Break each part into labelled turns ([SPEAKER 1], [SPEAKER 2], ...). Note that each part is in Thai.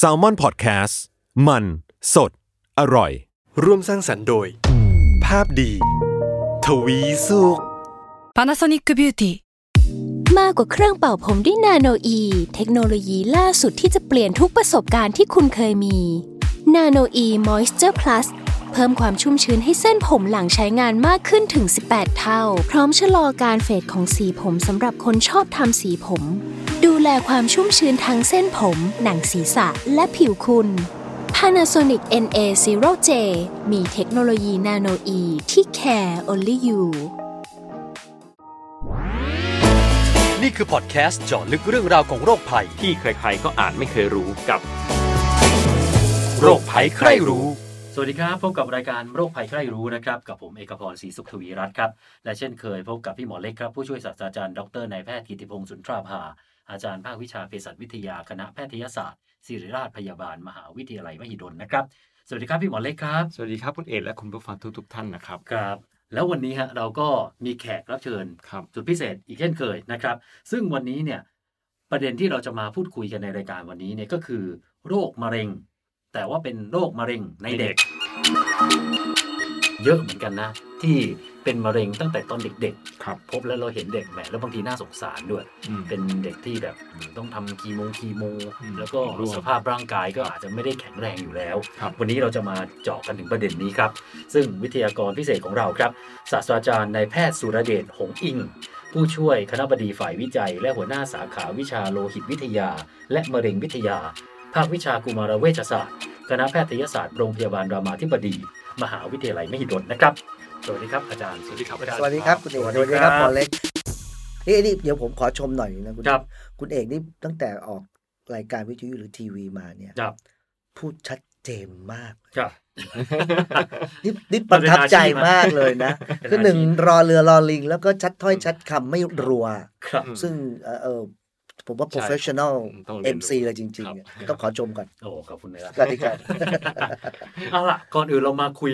[SPEAKER 1] s a l ม o n PODCAST มันสดอร่อย
[SPEAKER 2] ร่วมสร้างสรรค์โดย ภาพดี ทวีสุข
[SPEAKER 3] Panasonic Beauty
[SPEAKER 4] มากกว่าเครื่องเป่าผมด้วยนาโนอี เทคโนโลยีล่าสุดที่จะเปลี่ยนทุกประสบการณ์ที่คุณเคยมีนาโนอีมอยส์เจอร์พลัสเพิ่มความชุ่มชื้นให้เส้นผมหลังใช้งานมากขึ้นถึง 18 เท่า พร้อมชะลอการเฟดของสีผมสำหรับคนชอบทำสีผม ดูแลความชุ่มชื้นทั้งเส้นผม หนังศีรษะและผิวคุณ Panasonic NA0J มีเทคโนโลยีนาโนอีที่ care only you
[SPEAKER 5] นี่คือพอดแคสต์เจาะลึกเรื่องราวของโรคภัย
[SPEAKER 6] ที่ใครๆก็อ่านไม่เคยรู้กับ
[SPEAKER 5] โรคภัยใครรู้
[SPEAKER 6] สวัสดีครับ พบกับรายการโรคภัยใครรู้นะครับ กับผมเอกพรศรีสุขทวีรัตน์ครับ และเช่นเคยพบกับพี่หมอเล็กครับ ผู้ช่วยศาสตราจารย์ดรนายแพทย์กิติพงศ์สุนทราภา อาจารย์ภาควิชาเภสัชวิทยาคณะแพทยศาสตร์ศิริราชพยาบาลมหาวิทยาลัยมหิดลนะครับ สวัสดีครับพี่หมอเล็กครับ
[SPEAKER 7] สวัสดีครับคุณเอกและคุณผู้ฟังทุก ๆ ท่านนะครับ
[SPEAKER 6] ครับ แล้ววันนี้ฮะเราก็มีแขกรับเชิญ
[SPEAKER 7] ครับ
[SPEAKER 6] สุดพิเศษอีกเช่นเคยนะครับ ซึ่งวันนี้เนี่ยประเด็นที่เราจะมาพูดคุยกันในรายการวันนี้เนี่ยก็คือ โรคมะเร็ง แต่ว่าเป็นโรคมะเร็งในเด็ก เยอะเหมือนกันนะ ที่เป็นมะเร็งตั้งแต่ตอนเด็ก
[SPEAKER 7] ครับ
[SPEAKER 6] ๆ พบแล้วเราเห็นเด็กแหมแล้วบางทีน่าสงสารด้วย
[SPEAKER 7] อืม
[SPEAKER 6] เป็นเด็กที่แบบต้องทำคีโมคีโม
[SPEAKER 7] อืม
[SPEAKER 6] แล้วก็
[SPEAKER 7] ร่วม
[SPEAKER 6] สภาพร่างกายก็อาจจะไม่ได้แข็งแรงอยู่แล้ว
[SPEAKER 7] ครับ
[SPEAKER 6] วันนี้เราจะมาเจาะกันถึงประเด็นนี้ครับ ซึ่งวิทยากรพิเศษของเราครับ ศาสตราจารย์นายแพทย์สุรเดชหงส์อิง ผู้ช่วยคณบดีฝ่ายวิจัย และหัวหน้าสาขาวิชาโลหิตวิทยา และมะเร็งวิทยา ภาควิชากุมารเวชศาสตร์ คณะแพทยศาสตร์โรงพยาบาลรามาธิบดี มหาวิทยาลัยมหิดลนะครับ สวัสดีครับอาจารย์ สวัสดีครับอาจารย์
[SPEAKER 8] สวัสดีครับคุณเอกสวัสดีครับหมอเล็กนี่นี่เดี๋ยวผมขอชมหน่อยนะคุณ
[SPEAKER 6] ครับ
[SPEAKER 8] คุณเอกนี่ตั้งแต่ออกรายการวิทยุหรือทีวีมาเนี่ย
[SPEAKER 6] ครับ
[SPEAKER 8] พูดชัดเจนมาก
[SPEAKER 6] ครับ
[SPEAKER 8] นี่นี่ประทับใจมากเลยนะ
[SPEAKER 6] เป็นอาชีพ
[SPEAKER 8] คือหนึ่งรอเรือรอลิง แล้วก็ชัดถ้อยชัดคำไม่รัว
[SPEAKER 6] ครับ
[SPEAKER 7] อืม
[SPEAKER 8] ซึ่งเอ่อเอ่อผมว่า
[SPEAKER 7] ใช่
[SPEAKER 8] professional
[SPEAKER 7] ต้องเรียนรู้
[SPEAKER 8] MC เลยจริงๆเนี่ยต้องขอชมก่อน
[SPEAKER 6] โอ้ขอบคุณนะครับ
[SPEAKER 8] สวัสดีครับ
[SPEAKER 6] เอาล่ะก่อนอื่นเรามาคุย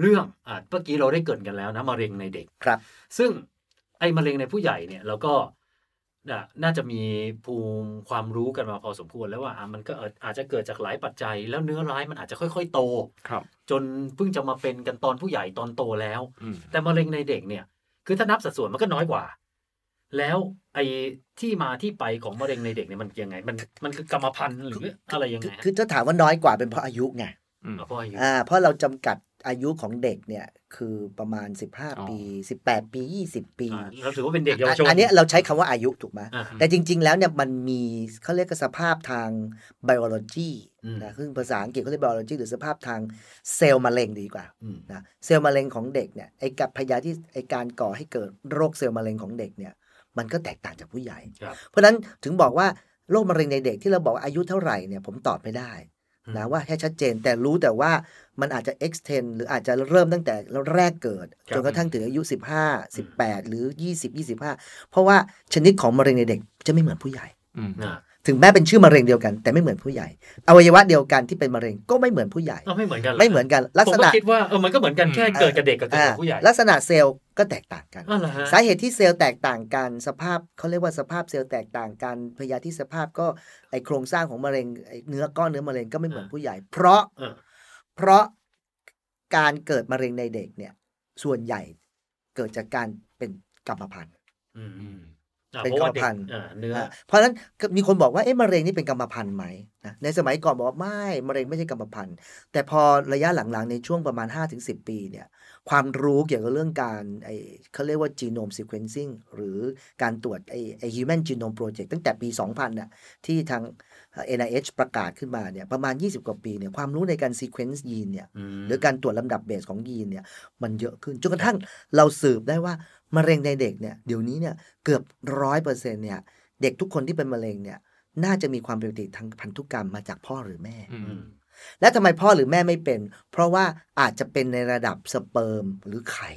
[SPEAKER 6] เรื่องอ่ะเมื่อกี้เราได้เกรินกันแล้วนะมะเร็งในเด็ก
[SPEAKER 8] ครับ
[SPEAKER 6] ซึ่งไอ้มะเร็งในผู้ใหญ่เนี่ยเราก็น่ะน่าจะมีภูมิความรู้กันมาพอสมควรแล้วว่าอ่ะมันก็เอ่ออาจจะเกิดจากหลายปัจจัย แล้วเนื้อร้ายมันอาจจะค่อย ๆ โต
[SPEAKER 7] ครับ
[SPEAKER 6] จนเพิ่งจะมาเป็นกันตอนผู้ใหญ่ตอนโตแล้ว
[SPEAKER 7] อืม
[SPEAKER 6] แต่มะเร็งในเด็กเนี่ย คือถ้านับสัดส่วนมันก็น้อยกว่า แล้วไอ้ที่มาที่ไปของมะเร็งในเด็กเนี่ยมันยังไง มันมันคือกรรมพันธุ์หรืออะไรยัง
[SPEAKER 8] คือ
[SPEAKER 6] ไงฮะ
[SPEAKER 8] คือถ้าถามว่าน้อยกว่าเป็นเพราะอายุไง
[SPEAKER 7] อืม
[SPEAKER 6] อ๋อพ่ออายุ
[SPEAKER 8] อ่าเพราะเราจำกัดอายุของเด็กเนี่ยคือประมาณ
[SPEAKER 7] อ๋อ
[SPEAKER 8] 15 ปี 18 ปี 20 ปี
[SPEAKER 6] อ่าเราถือว่าเป็นเด็กเยาวชน
[SPEAKER 8] อันเนี้ยเราใช้คำว่าอายุถูกไหม
[SPEAKER 6] อ่า
[SPEAKER 8] แต่จริง ๆ แล้วเนี่ยมันมีเขาเรียกกันสภาพทาง biology
[SPEAKER 6] อืม
[SPEAKER 8] นะซึ่งภาษาอังกฤษเขาเรียก biology หรือสภาพทางเซลล์มะเร็งดีกว่า
[SPEAKER 6] อืม
[SPEAKER 8] นะเซลล์มะเร็งของเด็กเนี่ยไอ้กับพยาที่ไอ้การก่อให้เกิดโรคเซลล์มะเร็งของเด็กเนี่ยมันก็แตกต่างจากผู้ใหญ่
[SPEAKER 6] ครับ
[SPEAKER 8] เพราะฉะนั้นถึงบอกว่าโรคมะเร็งในเด็กที่เราบอกว่าอายุเท่าไหร่เนี่ยผมตอบไม่ได้
[SPEAKER 6] อืม
[SPEAKER 8] นะว่าแค่ชัดเจนแต่รู้แต่ว่ามันอาจจะ extend หรืออาจจะเริ่มตั้งแต่แรกเกิด จนกระทั่งถึงอายุ 15 18 หรือ 20 25 เพราะว่าชนิดของมะเร็งในเด็กจะไม่เหมือนผู้ใหญ่
[SPEAKER 7] อืม
[SPEAKER 6] อ่า
[SPEAKER 8] ถึงแม้เป็นชื่อมะเร็งเดียวกัน แต่ไม่เหมือนผู้ใหญ่อวัยวะเดียวกันที่เป็นมะเร็งก็ไม่เหมือนผู้ใหญ่
[SPEAKER 6] เอาไม่เหมือนกันร
[SPEAKER 8] ไม่เหมือนกันลัก
[SPEAKER 6] ผม
[SPEAKER 8] ษ
[SPEAKER 6] ก็
[SPEAKER 8] ณะ
[SPEAKER 6] คิดว่าเออมันก็เหมือนกัน
[SPEAKER 7] อืม
[SPEAKER 6] แค่เกิดกับเด็กกับเกิด
[SPEAKER 8] อ่า
[SPEAKER 6] กับผู้ใหญ่
[SPEAKER 8] ลักษณะเซลล์ก็แตกต่างกัน
[SPEAKER 6] อ๋อเหรอฮะ
[SPEAKER 8] สาเหตุที่เซลล์แตกต่างกันสภาพเขาเรียกว่าสภาพเซลล์แตกต่างกันพยาธิสภาพก็ไอโครงสร้างของมะเร็งไอเนื้อก้อนเนื้อมะเร็งก็ไม่เหมือนผู้ใหญ่ เพราะ
[SPEAKER 6] เออ
[SPEAKER 8] เพราะการเกิดมะเร็งในเด็กเนี่ยส่วนใหญ่เกิดจากการเป็นกรรมพันธุ์
[SPEAKER 6] อืม
[SPEAKER 7] อืม
[SPEAKER 6] อ่า
[SPEAKER 8] เป็น
[SPEAKER 6] เพราะว่าเด็ก
[SPEAKER 8] กรรมพันธุ์
[SPEAKER 6] อ่าเนื้อ
[SPEAKER 8] นะเพราะฉะนั้นมีคนบอกว่าเอ๊ะมะเร็งนี่เป็นกรรมพันธุ์ไหมนะในสมัยก่อนบอกว่าไม่มะเร็งไม่ใช่กรรมพันธุ์ แต่พอระยะหลังๆ ในช่วงประมาณ 5-10 ปีเนี่ยความรู้เกี่ยวกับเรื่องการไอเขาเรียกว่า genome sequencing หรือการตรวจไอไอ human genome project ตั้งแต่ปี 2000น่ะที่ทาง NIH ประกาศขึ้นมาเนี่ยประมาณ 20 กว่าปีเนี่ยความรู้ในการ sequence ยีนเนี่ย
[SPEAKER 6] อืม
[SPEAKER 8] หรือการตรวจลำดับเบสของยีนเนี่ยมันเยอะขึ้นจนกระทั่งเราสืบได้ว่ามะเร็งในเด็กเนี่ยเดี๋ยวนี้เนี่ยเกือบร้อยเปอร์เซ็นต์เนี่ย เด็กทุกคนที่เป็นมะเร็งเนี่ยน่าจะมีความผิดปกติทางพันธุกรรมมาจากพ่อหรือแม่
[SPEAKER 7] อื
[SPEAKER 6] อื
[SPEAKER 7] ม
[SPEAKER 6] ม
[SPEAKER 8] และทำไมพ่อหรือแม่ไม่เป็น เพราะว่าอาจจะเป็นในระดับสเปิร์มหรือไข่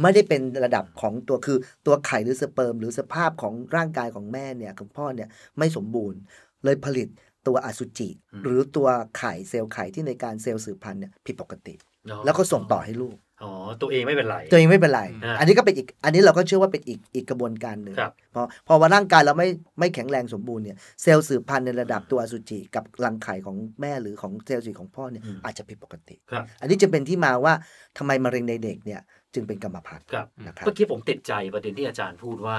[SPEAKER 8] ไม่ได้เป็นระดับของตัวคือตัวไข่หรือสเปิร์มหรือสภาพของร่างกายของแม่เนี่ยของพ่อเนี่ยไม่สมบูรณ์ เลยผลิตตัวอสุจิ หรือตัวไข่เซลล์ไข่ที่ในการเซลล์สืบพันธุ์เนี่ยผิดปกติ
[SPEAKER 6] เนาะ
[SPEAKER 8] แล้วก็ส่งต่อให้ลูก
[SPEAKER 6] เอ อ๋อตัวเองไม่เป็นไร
[SPEAKER 8] ตัวเองไม่เป็นไร
[SPEAKER 6] อ่า
[SPEAKER 8] อันนี้ก็เป็นอีก อันนี้เราก็เชื่อว่าเป็นอีกอีกกระบวนการหนึ่ง
[SPEAKER 6] ครับ
[SPEAKER 8] เพราะเพอว่าร่างกายเราไม่ไม่แข็งแรงสมบูรณ์เนี่ยเซลล์สืบพันธุ์ในระดับตัวอสุจิกับรังไข่ของแม่หรือของเซลล์สืบของพ่อเนี่ยอาจจะผิดปกติ
[SPEAKER 6] ครับ
[SPEAKER 8] อันนี้จะเป็นที่มาว่าทำไมมะเร็งในเด็กเนี่ยจึงเป็นกรรมพันธุ์
[SPEAKER 6] ครับ
[SPEAKER 8] นะครับ
[SPEAKER 6] เมื่อกี้ผมติดใจประเด็นที่อาจารย์พูดว่า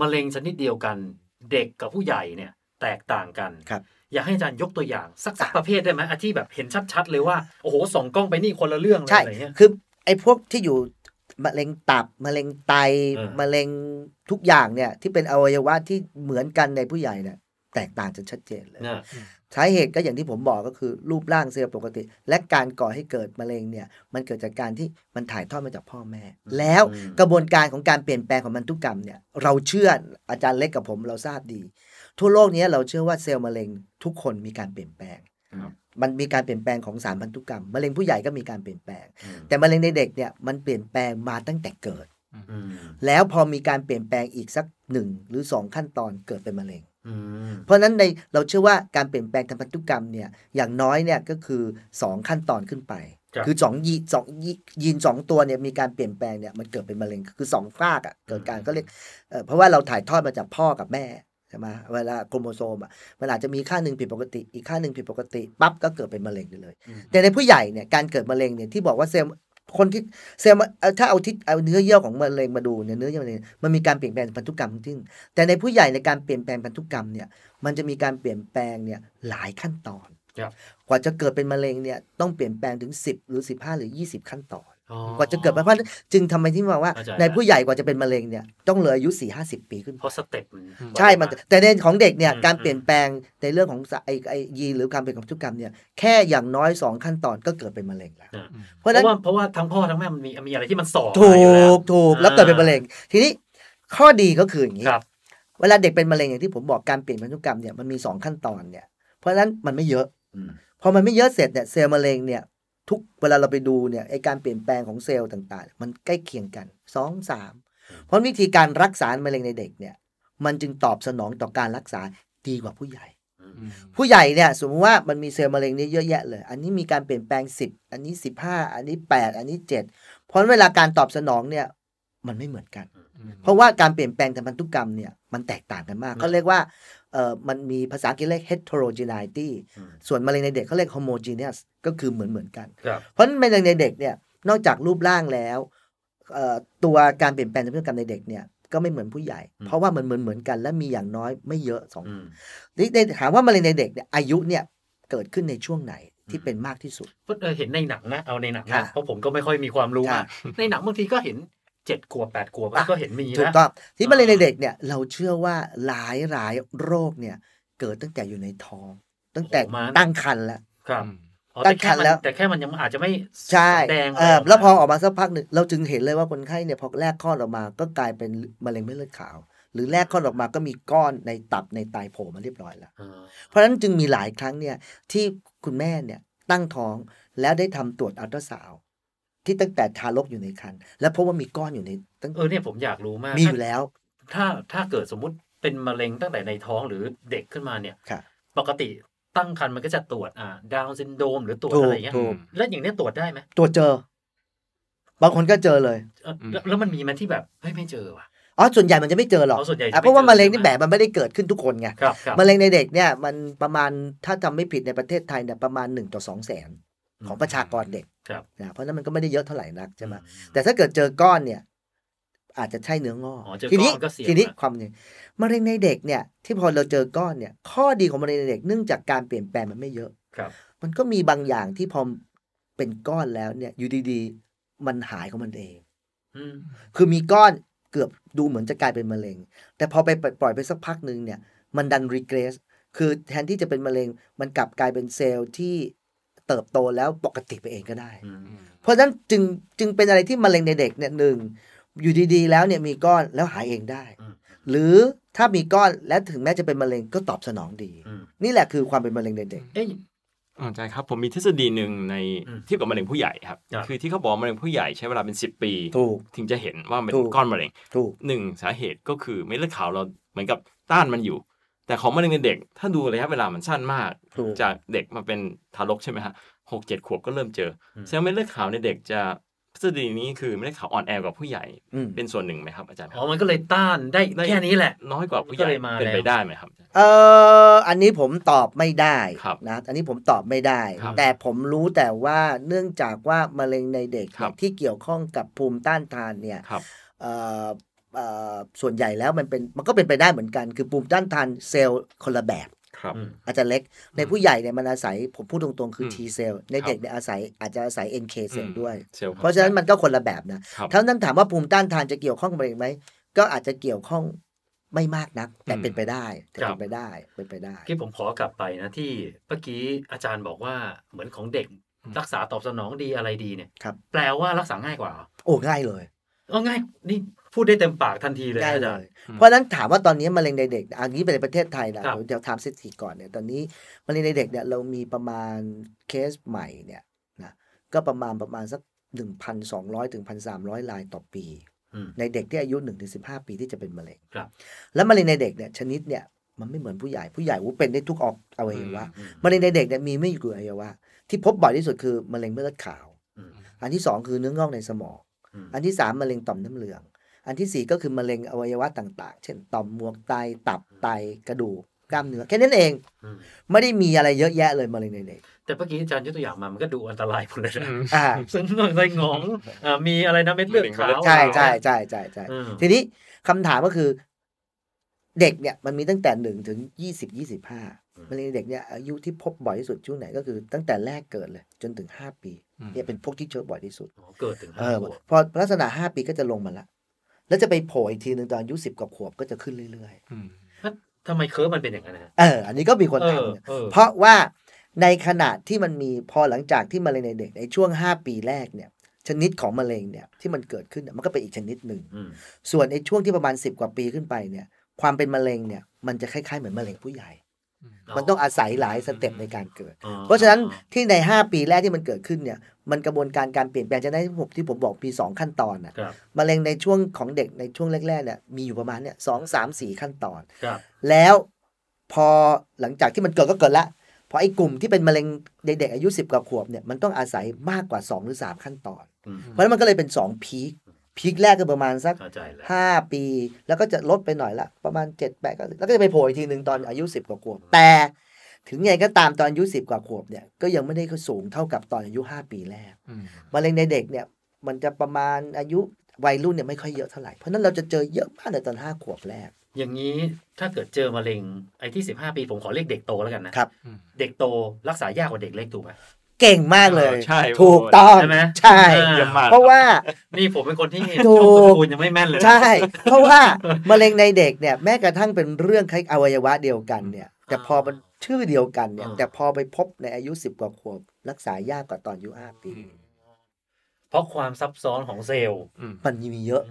[SPEAKER 6] มะเร็งชนิดเดียวกัน เด็กกับผู้ใหญ่เนี่ย แตกต่างกัน
[SPEAKER 8] ครับ
[SPEAKER 6] อยากให้อาจารย์ยกตัวอย่างสักสักประเภทได้ไหมอนที่แบบเห็นชัดๆเลยว่าโอ้โหส่องกล้องไปนี่คนละเรื่องเลย
[SPEAKER 8] ใช่
[SPEAKER 6] อะไรเงี้ย
[SPEAKER 8] คือไอ้พวกที่อยู่มะเร็งตับมะเร็งไต
[SPEAKER 6] เออ
[SPEAKER 8] มะเร็งทุกอย่างเนี่ยที่เป็นอวัยวะที่เหมือนกันในผู้ใหญ่เนี่ยแตกต่างจนชัดเจนเลย
[SPEAKER 6] นะ
[SPEAKER 8] สาเหตุก็อย่างที่ผมบอกก็คือรูปร่างเซลล์ปกติ และการก่อให้เกิดมะเร็งเนี่ยมันเกิดจากการที่มันถ่ายทอดมาจากพ่อแม่ แล้ว
[SPEAKER 6] อืม
[SPEAKER 8] กระบวนการของการเปลี่ยนแปลงของมันธุกกรรมเนี่ยเราเชื่ออาจารย์เล็กกับผมเราทราบดี ทั่วโลกเนี้เราเชื่อว่าเซลล์มะเร็งทุกคนมีการเปลี่ยนแปลง
[SPEAKER 6] ครับ
[SPEAKER 8] มันมีการเปลี่ยนแปลงของสารพันธุกรรมมะเร็งผู้ใหญ่ก็มีการเปลี่ยนแปลง
[SPEAKER 6] อืม
[SPEAKER 8] แต่มะเร็งในเด็กเนี่ยมันเปลี่ยนแปลงมาตั้งแต่เกิด
[SPEAKER 6] อืม
[SPEAKER 8] แล้วพอมีการเปลี่ยนแปลงอีกสักหนึ่งหรือสองขั้นตอนเกิดเป็นมะเร็ง
[SPEAKER 6] อืม
[SPEAKER 8] เพราะฉะนั้นในเราเชื่อว่าการเปลี่ยนแปลงทางพันธุกรรมเนี่ยอย่างน้อยเนี่ยก็คือ 2 ขั้นตอนขึ้นไป
[SPEAKER 6] ครับ
[SPEAKER 8] คือ2ยีสองยียีนสองตัวเนี่ยมีการเปลี่ยนแปลงเนี่ยมันเกิดเป็นมะเร็งคือสองฟากอะ่ะเกิดการก็เรียกเอ่อเพราะว่าเราถ่ายทอดมาจากพ่อกับแม่ใช่ไหมเวลาโครโมโซมอ่ะมันอาจจะมีค่าหนึ่งผิดปกติ อีกค่าหนึ่งผิดปกติปั๊บก็เกิดเป็นมะเร็งไปเลย แต่ในผู้ใหญ่เนี่ยการเกิดมะเร็งเนี่ยที่บอกว่าเซลล์คนที่เซลล์มาเอาถ้าเอาทิศเอาเนื้อเยื่อของมะเร็งมาดูเนี่ยเนื้อเยื่อมะเร็งมันมีการเปลี่ยนแปลงพันธุกรรมทั้งสิ้นแต่ในผู้ใหญ่ในการเปลี่ยนแปลงพันธุกรรมเนี่ย มันจะมีการเปลี่ยนแปลงเนี่ยหลายขั้นตอน
[SPEAKER 6] ครับ
[SPEAKER 8] กว่าจะเกิดเป็นมะเร็งเนี่ยต้องเปลี่ยนแปลงถึง 10 หรือ 15 หรือ 20 ขั้นตอน
[SPEAKER 6] อ๋อ
[SPEAKER 8] กว่าจะเกิดมาเพราะฉะนั้นจึงทำให้ที่มาว่า
[SPEAKER 6] เข้าใจ
[SPEAKER 8] ในผู้ใหญ่กว่าจะเป็นมะเร็งเนี่ยต้องเลยอายุ 4 50 ปีขึ้น
[SPEAKER 6] เพราะสเต็ปมัน
[SPEAKER 8] ใช่มันแต่ในของเด็กเนี่ย
[SPEAKER 6] อืม
[SPEAKER 8] การเปลี่ยนแปลงในเรื่องของสะไอไอยีนหรือการเปลี่ยนพันธุกรรมเนี่ยแค่อย่างน้อย 2 ขั้นตอนก็เกิดเป็นมะเร็งแล้ว
[SPEAKER 6] นะ
[SPEAKER 8] เพ
[SPEAKER 6] เพราะ
[SPEAKER 8] ราะฉะนั้น
[SPEAKER 6] ว่าเพราะว่าทั้งพ่อทั้งแม่มันมีมีอะไรที่มันสอบ
[SPEAKER 8] ถู
[SPEAKER 6] มาอยู่แล้ว
[SPEAKER 8] กถูกแล้วเกิดเป็นมะเร็ง ทีนี้ข้อดีก็คืออย่างนี้
[SPEAKER 6] ครับ
[SPEAKER 8] เวลาเด็กเป็นมะเร็งอย่างที่ผมบอกการเปลี่ยนพันธุกรรมเนี่ยมันมี 2 ขั้นตอนเนี่ยเพราะฉะนั้นมันไม่เยอะ
[SPEAKER 6] อืม
[SPEAKER 8] พอมันไม่เยอะเสร็จเนี่ยเซลล์มะเร็งเนี่ยทุกเวลาเราไปดูเนี่ยไอการเปลี่ยนแปลงของเซลล์ต่างๆ มันใกล้เคียงกัน2 3เพราะวิธีการรักษามะเร็งในเด็กเนี่ยมันจึงตอบสนองต่อการรักษาดีกว่าผู้ใหญ่ ผู้ใหญ่เนี่ยสมมติว่ามันมีเซลล์มะเร็งนี่เยอะแยะเลย อันนี้มีการเปลี่ยนแปลง 10 อันนี้ 15 อันนี้ 8 อันนี้ 7 เพราะเวลาการตอบสนองเนี่ยมันไม่เหมือนกัน เพราะว่าการเปลี่ยนแปลงทางพันธุกรรมเนี่ยมันแตกต่างกันมากเขาเรียกว่าเออมันมีภาษาอังกฤษเรียก heterogeneity
[SPEAKER 6] อืม
[SPEAKER 8] ส่วนมะเร็งในเด็กเขาเรียก homogeneous ก็คือเหมือนเหมือนๆกัน
[SPEAKER 6] ครับ
[SPEAKER 8] เพราะฉะนั้นมะเร็งในเด็กเนี่ยนอกจากรูปร่างแล้วเอ่อตัวการเปลี่ยนแปลงทางพันธุกรรมในเด็กเนี่ยก็ไม่เหมือนผู้ใหญ่
[SPEAKER 6] อืม
[SPEAKER 8] เพราะว่ามันเหมือนเหมือนๆกันและมีอย่างน้อยไม่เยอะสอง
[SPEAKER 6] อืม
[SPEAKER 8] นี่ในถามว่ามะเร็งในเด็กเนี่ยอายุเนี่ยเกิดขึ้นในช่วงไหนที่เป็นมากที่สุด
[SPEAKER 6] เพราะเออเห็นในหนังนะเอาในหนัง
[SPEAKER 8] ค่ะ
[SPEAKER 6] นะเพราะผมก็ไม่ค่อยมีความรู้มา
[SPEAKER 8] ค่ะ
[SPEAKER 6] กในหนังบางทีก็เห็นเจ็ดขวบแปดขวบ
[SPEAKER 8] อ่ะ
[SPEAKER 6] ก็เห็นมี
[SPEAKER 8] ถูก
[SPEAKER 6] นะ
[SPEAKER 8] ต้องที่
[SPEAKER 6] อ่าม
[SPEAKER 8] มะเร็งในเด็กเนี่ยเราเชื่อว่าหลายหลายโรคเนี่ยเกิดตั้งแต่อยู่ในท้อง ตั้งแต่ตั้งครรภ์แล้ว
[SPEAKER 6] ครับอ๋อ
[SPEAKER 8] ตั้
[SPEAKER 6] แต่
[SPEAKER 8] งค
[SPEAKER 6] แค่มัน
[SPEAKER 8] รรภ์แล้ว
[SPEAKER 6] แต่แค่มันยังอาจจะไม่
[SPEAKER 8] ใช่
[SPEAKER 6] แดง
[SPEAKER 8] เออแล้วพอออกมาสักพักหนึ่งเราจึงเห็นเลยว่าคนไข้เนี่ยพอแรกคลอดออกมาก็กลายเป็นมะเร็งเม็ดเลือดขาว หรือแรกคลอดออกมาก็มีก้อนในตับในไตโผล่มาเรียบร้อยแล้ว
[SPEAKER 6] เออ
[SPEAKER 8] เพราะฉะนั้นจึงมีหลายครั้งเนี่ยที่คุณแม่เนี่ยตั้งท้องแล้วได้ทำตรวจอัลตราซาวด์ที่ตั้งแต่ทารกอยู่ในครรภ์แล้วพบว่ามีก้อนอยู่ในตั้ง
[SPEAKER 6] เออเนี่ยผมอยากรู้มาก
[SPEAKER 8] มีอยู่แล้ว
[SPEAKER 6] ถ้าถ้าเกิดสมมุติเป็นมะเร็งตั้งแต่ในท้องหรือเด็กขึ้นมาเนี่ย
[SPEAKER 8] ค่ะ
[SPEAKER 6] ปกติตั้งครรภ์มันก็จะตรวจอ่าดาวน์ซินโดมหรือตรวจ
[SPEAKER 8] ถูก
[SPEAKER 6] อะไรอย่างเงี้ย
[SPEAKER 8] ถูก
[SPEAKER 6] แล้วอย่างเนี้ยตรวจได้ไหม
[SPEAKER 8] ตรวจเจอ บางคนก็เจอเลย
[SPEAKER 6] เออแล้วแล้วมันมีไหมันที่แบบเฮ้ยไม่เจอว่ะ
[SPEAKER 8] อ๋อส่วนใหญ่มันจะไม่เจอหรอก
[SPEAKER 6] อ๋อส่วนใหญ่จะ
[SPEAKER 8] อ่ะ
[SPEAKER 6] ไม่
[SPEAKER 8] เพราะว่ามะเร็งนี่
[SPEAKER 6] เจอ
[SPEAKER 8] แบบมันไม่ได้เกิดขึ้นทุกคนไง
[SPEAKER 6] ครับครับ
[SPEAKER 8] มะเร็งในเด็กเนี่ยมันประมาณถ้าจำไม่ผิดในประเทศไทยเนี่ยประมาณ1ต่อ2แสนของประชากรเด็ก
[SPEAKER 6] ครับ
[SPEAKER 8] นะเพราะฉะนั้นมันก็ไม่ได้เยอะเท่าไหร่นักใช่ไหม
[SPEAKER 6] อื
[SPEAKER 8] แต่ถ้าเกิดเจอก้อนเนี่ย อาจจะใช่เนื้องอก
[SPEAKER 6] อ๋อเจอก้อน
[SPEAKER 8] ทีนี้
[SPEAKER 6] ก็เสี่ยง
[SPEAKER 8] ทีนี้
[SPEAKER 6] ละ
[SPEAKER 8] ความหนึ่งมะเร็งในเด็กเนี่ย ที่พอเราเจอก้อนเนี่ย ข้อดีของมะเร็งในเด็กเนื่องจากการเปลี่ยนแปลงมันไม่เยอะ
[SPEAKER 6] ครับ
[SPEAKER 8] มันก็มีบางอย่างที่พอเป็นก้อนแล้วเนี่ยอยู่ดีๆ มันหายของมันเอง
[SPEAKER 6] อืม
[SPEAKER 8] คือมีก้อนเกือบดูเหมือนจะกลายเป็นมะเร็ง แต่พอไปปล่อยไปสักพักหนึ่งเนี่ย มันดันรีเกรส คือแทนที่จะเป็นมะเร็ง มันกลับกลายเป็นเซลล์ที่เติบโตแล้วปกติไปเองก็ได้
[SPEAKER 6] อืม
[SPEAKER 8] เพราะฉะนั้นจึงจึงเป็นอะไรที่มะเร็งในเด็กเนี่ยหนึ่งอยู่ดีๆ แล้วเนี่ยมีก้อนแล้วหายเองได้
[SPEAKER 6] อืม
[SPEAKER 8] หรือถ้ามีก้อนและถึงแม้จะเป็นมะเร็งก็ตอบสนองดี
[SPEAKER 6] อืม
[SPEAKER 8] นี่แหละคือความเป็นมะเร็งในเด็ก
[SPEAKER 6] เอ้ย
[SPEAKER 7] อ๋อใช่ครับ ผมมีทฤษฎีหนึ่งใน
[SPEAKER 6] อืม
[SPEAKER 7] เทียบกับมะเร็งผู้ใหญ่ครับ
[SPEAKER 6] ครับ
[SPEAKER 7] คือที่เขาบอกว่ามะเร็งผู้ใหญ่ใช้เวลาเป็น 10 ปี
[SPEAKER 8] ถูก
[SPEAKER 7] ถึงจะเห็นว่ามัน
[SPEAKER 8] ถู
[SPEAKER 7] เป็น
[SPEAKER 8] ก
[SPEAKER 7] ก้อนมะเร็ง
[SPEAKER 8] ถูก
[SPEAKER 7] หนึ่งสาเหตุก็คือเม็ดเลือดขาวเราเหมือนกับต้านมันอยู่ แต่ของมะเร็งในเด็ก ถ้าดูระยะเวลามันสั้นมาก
[SPEAKER 8] ถูก
[SPEAKER 7] จากเด็กมาเป็นทารกใช่ไหมฮะหกเจ็ดขวบก็เริ่มเจออ
[SPEAKER 6] ม
[SPEAKER 7] แสดงว่าเม็ดเลือดขาวในเด็กจะ ทฤษฎีนี้คือเม็ดขาวอ่อนแอกว่าผู้ใหญ่
[SPEAKER 8] อืม
[SPEAKER 7] เป็นส่วนหนึ่งไหมครับอาจารย์ค
[SPEAKER 6] อ๋
[SPEAKER 7] รั
[SPEAKER 6] อบ มันก็เลยต้านได้
[SPEAKER 7] ได้
[SPEAKER 6] แค่นี้แหละ
[SPEAKER 7] น้อยกว่าผู้ใหญ่
[SPEAKER 6] ก็เลยมา
[SPEAKER 7] เป็น
[SPEAKER 6] แล้ว
[SPEAKER 7] ไปได้ไหมครับอาจารย์
[SPEAKER 8] เอออันนี้ผมตอบไม่ได้
[SPEAKER 7] ครับ
[SPEAKER 8] นะอันนี้ผมตอบไม่ได้
[SPEAKER 7] ครับ
[SPEAKER 8] แต่ผมรู้แต่ว่าเนื่องจากว่ามะเร็งในเด็ก
[SPEAKER 7] ครับ
[SPEAKER 8] ที่เกี่ยวข้องกับภูมิต้านทานเนี่ย
[SPEAKER 7] ครับ
[SPEAKER 8] เอ่อเอ่อส่วนใหญ่แล้วมันเป็นมันก็เป็นไปได้เหมือนกัน คือภูมิต้านทานเซลล์คนละแบบ
[SPEAKER 7] ครับ
[SPEAKER 6] อืม
[SPEAKER 8] อาจจะเล็ก ในผู้ใหญ่เนี่ยมันอาศัยผมพูดตรงๆคือ
[SPEAKER 7] อืม
[SPEAKER 8] T เซลล์ในเด็กเนี่ยอาศัยอาจจะอาศัย NK เซลล์ด้วย
[SPEAKER 7] เซลล์คบ
[SPEAKER 8] เพราะฉะนั้นมันก็คนละแบบนะครับ ทั้งนั้นถามว่าภูมิต้านทานจะเกี่ยวข้องกับมะเร็งไหม ก็อาจจะเกี่ยวข้องไม่มากนัก แต่
[SPEAKER 7] อืม
[SPEAKER 8] เป็นไปได้แต่
[SPEAKER 6] ครั
[SPEAKER 8] เป็
[SPEAKER 6] บ
[SPEAKER 8] นไปได้เป็นไปได้
[SPEAKER 6] ที่ผมขอกลับไปนะที่เมื่อกี้อาจารย์บอกว่าเหมือนของเด็ก
[SPEAKER 7] อืม
[SPEAKER 6] รักษาตอบสนองดีอะไรดีเนี่ย
[SPEAKER 8] ครับ
[SPEAKER 6] แปลว่ารักษาง่ายกว่าเหรอ
[SPEAKER 8] โอ้ง่ายเลย
[SPEAKER 6] เออง่ายนี่พูดได้เต็มปากทันทีเลย
[SPEAKER 8] ง่าย
[SPEAKER 6] อา
[SPEAKER 8] เล
[SPEAKER 6] จารย์
[SPEAKER 8] ย เพราะฉะนั้นถามว่าตอนนี้มะเร็งในเด็กอันนี้เป็นในประเทศไทยนะครับ เดี๋ยวถามสถิติก่อนเนี่ยตอนนี้มะเร็งในเด็กเนี่ยเรามีประมาณเคสใหม่เนี่ยนะก็ประมาณประมาณสัก 1,200ถึง1,300 รายต่อปี
[SPEAKER 6] อืม
[SPEAKER 8] ในเด็กที่อายุ 1-15 ปีที่จะเป็นมะเร็ง
[SPEAKER 6] ครับ
[SPEAKER 8] แล้วมะเร็งในเด็กเนี่ยชนิดเนี่ยมันไม่เหมือนผู้ใหญ่ผู้ใหญ่ว่าเป็นได้ทุกออกอวัยวะ
[SPEAKER 6] อืม
[SPEAKER 8] มะเร็งในเด็กเนี่ยมีไม่กี่อวัยวะที่พบบ่อยที่สุดคือมะเร็งเม็ดเลือดขาว
[SPEAKER 6] อืม
[SPEAKER 8] อันที่สองคือเนื้องอกในสมอง
[SPEAKER 6] อืม
[SPEAKER 8] อันที่สามมะเร็งต่อมน้ำเหลือง อันที่สี่ก็คือมะเร็งอวัยวะต่างๆ เช่นต่อมหมวกไต ตับไตกระดูกกล้ามเนื้อแค่นั้นเอง
[SPEAKER 6] อืม
[SPEAKER 8] ไม่ได้มีอะไรเยอะแยะเลยมะเร็งในเด็ก
[SPEAKER 6] แต่เมื่อกี้อาจารย์ยกตัวอย่างมามันก็ดูอันตรายหมดเลยนะ
[SPEAKER 8] อ่า
[SPEAKER 6] ซึ่งอะไรงองอ่ามีอะไรนะเม็ดเลือดขาว
[SPEAKER 8] ใช่ใช่ใช่ใช่ใช่
[SPEAKER 6] อืม
[SPEAKER 8] ทีนี้คำถามก็คือ เด็กเนี่ยมันมีตั้งแต่หนึ่งถึงยี่สิบยี่สิบห้ามะเร็งในเด็กเนี่ยอายุที่พบบ่อยที่สุดช่วงไหนก็คือตั้งแต่แรกเกิดเลย จนถึงห้าปี
[SPEAKER 7] อืม
[SPEAKER 8] เนี่ยเป็นพวกที่เจอบ่อยที่สุด
[SPEAKER 6] อ๋อเกิดถึง
[SPEAKER 8] เอ
[SPEAKER 6] ห้า
[SPEAKER 8] อ
[SPEAKER 6] ขวบ
[SPEAKER 8] พอลักษณะห้าปีก็จะลงมาละ แล้วจะไปโผล่อีกทีหนึ่งตอนอายุสิบกว่าขวบก็จะขึ้นเรื่อย
[SPEAKER 7] อืม
[SPEAKER 6] ทำไมเคิร์ฟมันเป็นอย่างนั้นนะฮะ
[SPEAKER 8] ๆ เออ อันนี้ก็มีคน
[SPEAKER 6] เออ
[SPEAKER 8] ทำเนี่ย
[SPEAKER 6] เออ
[SPEAKER 8] เพราะว่าในขณะที่มันมีพอหลังจากที่มะเร็งในเด็กในช่วงห้าปีแรกเนี่ย ชนิดของมะเร็งเนี่ยที่มันเกิดขึ้นเนี่ยมันก็เป็นอีกชนิดหนึ่ง
[SPEAKER 6] อืม
[SPEAKER 8] ส่วนในช่วงที่ประมาณสิบกว่าปีขึ้นไปเนี่ย ความเป็นมะเร็งเนี่ยมันจะคล้ายๆเหมือนมะเร็งผู้ใหญ่ มันต้องอาศัยหลายสเต็ปในการเกิด
[SPEAKER 6] อ๋อ
[SPEAKER 8] เพราะฉะนั้นที่ใน 5 ปีแรกที่มันเกิดขึ้นเนี่ยมันกระบวนการการเปลี่ยนแปลงจะได้ที่ผมที่ผมบอกมีสองขั้นตอนน่ะ
[SPEAKER 6] ครับ
[SPEAKER 8] มะเร็งในช่วงของเด็กในช่วงแรกๆเนี่ยมีอยู่ประมาณเนี่ยสองสามสี่ขั้นตอน
[SPEAKER 6] ครับ
[SPEAKER 8] แล้วพอหลังจากที่มันเกิดก็เกิดละพอไอ้กลุ่มที่เป็นมะเร็งเด็กๆอายุ 10กว่าขวบเนี่ยมันต้องอาศัยมากกว่า 2 หรือ 3 ขั้นตอน
[SPEAKER 6] อืม
[SPEAKER 8] เพราะฉะนั้นมันก็เลยเป็น 2 พีคพีคแรกก็ประมาณสัก
[SPEAKER 6] เข้าใจแล้ว
[SPEAKER 8] 5 ปี แล้วก็จะลดไปหน่อยละประมาณ 7 8 9แล้วก็จะไปโผล่อีกทีหนึ่งตอนอายุ 10 กว่าขวบ แต่ถึงไงก็ตามตอนอายุ 10 กว่าขวบเนี่ยก็ยังไม่ได้สูงเท่ากับตอนอายุ 5 ปีแรก มะเร็งในเด็กเนี่ยมันจะประมาณอายุวัยรุ่นเนี่ยไม่ค่อยเยอะเท่าไหร่ เพราะฉะนั้นเราจะเจอเยอะมากในตอนห้าขวบแรก
[SPEAKER 6] อย่างนี้ถ้าเกิดเจอมะเร็งไอ้ที่ 15 ปีผมขอเรียกเด็กโตแล้วกันนะครับ
[SPEAKER 7] อืม
[SPEAKER 6] เด็กโตรักษายากกว่าเด็กเล็กถูกไหม
[SPEAKER 8] เก่งมากเลย
[SPEAKER 7] อ่าใช่
[SPEAKER 8] ถูกต้อง
[SPEAKER 6] ใช่ไหม
[SPEAKER 8] ใช่
[SPEAKER 6] อ่า
[SPEAKER 7] เยี่ยมมาก
[SPEAKER 8] เพราะว่า
[SPEAKER 6] นี่ผมเป็นคนที่
[SPEAKER 8] ถูก
[SPEAKER 6] จำสกุลยังไม่แม่นเลย
[SPEAKER 8] ใช่ เพราะว่ามะเร็งในเด็กเนี่ยแม้กระทั่งเป็นเรื่องคล้ายอวัยวะเดียวกันเนี่ยแต่พอมันชื่อเดียวกันเนี่ย
[SPEAKER 6] อ่า
[SPEAKER 8] แต่พอไปพบในอายุ 10 กว่าขวบ รักษายากกว่าตอนอายุ5ปี
[SPEAKER 6] เพราะความซับซ้อนของเซลล์
[SPEAKER 7] อืม
[SPEAKER 8] มันมีเยอะ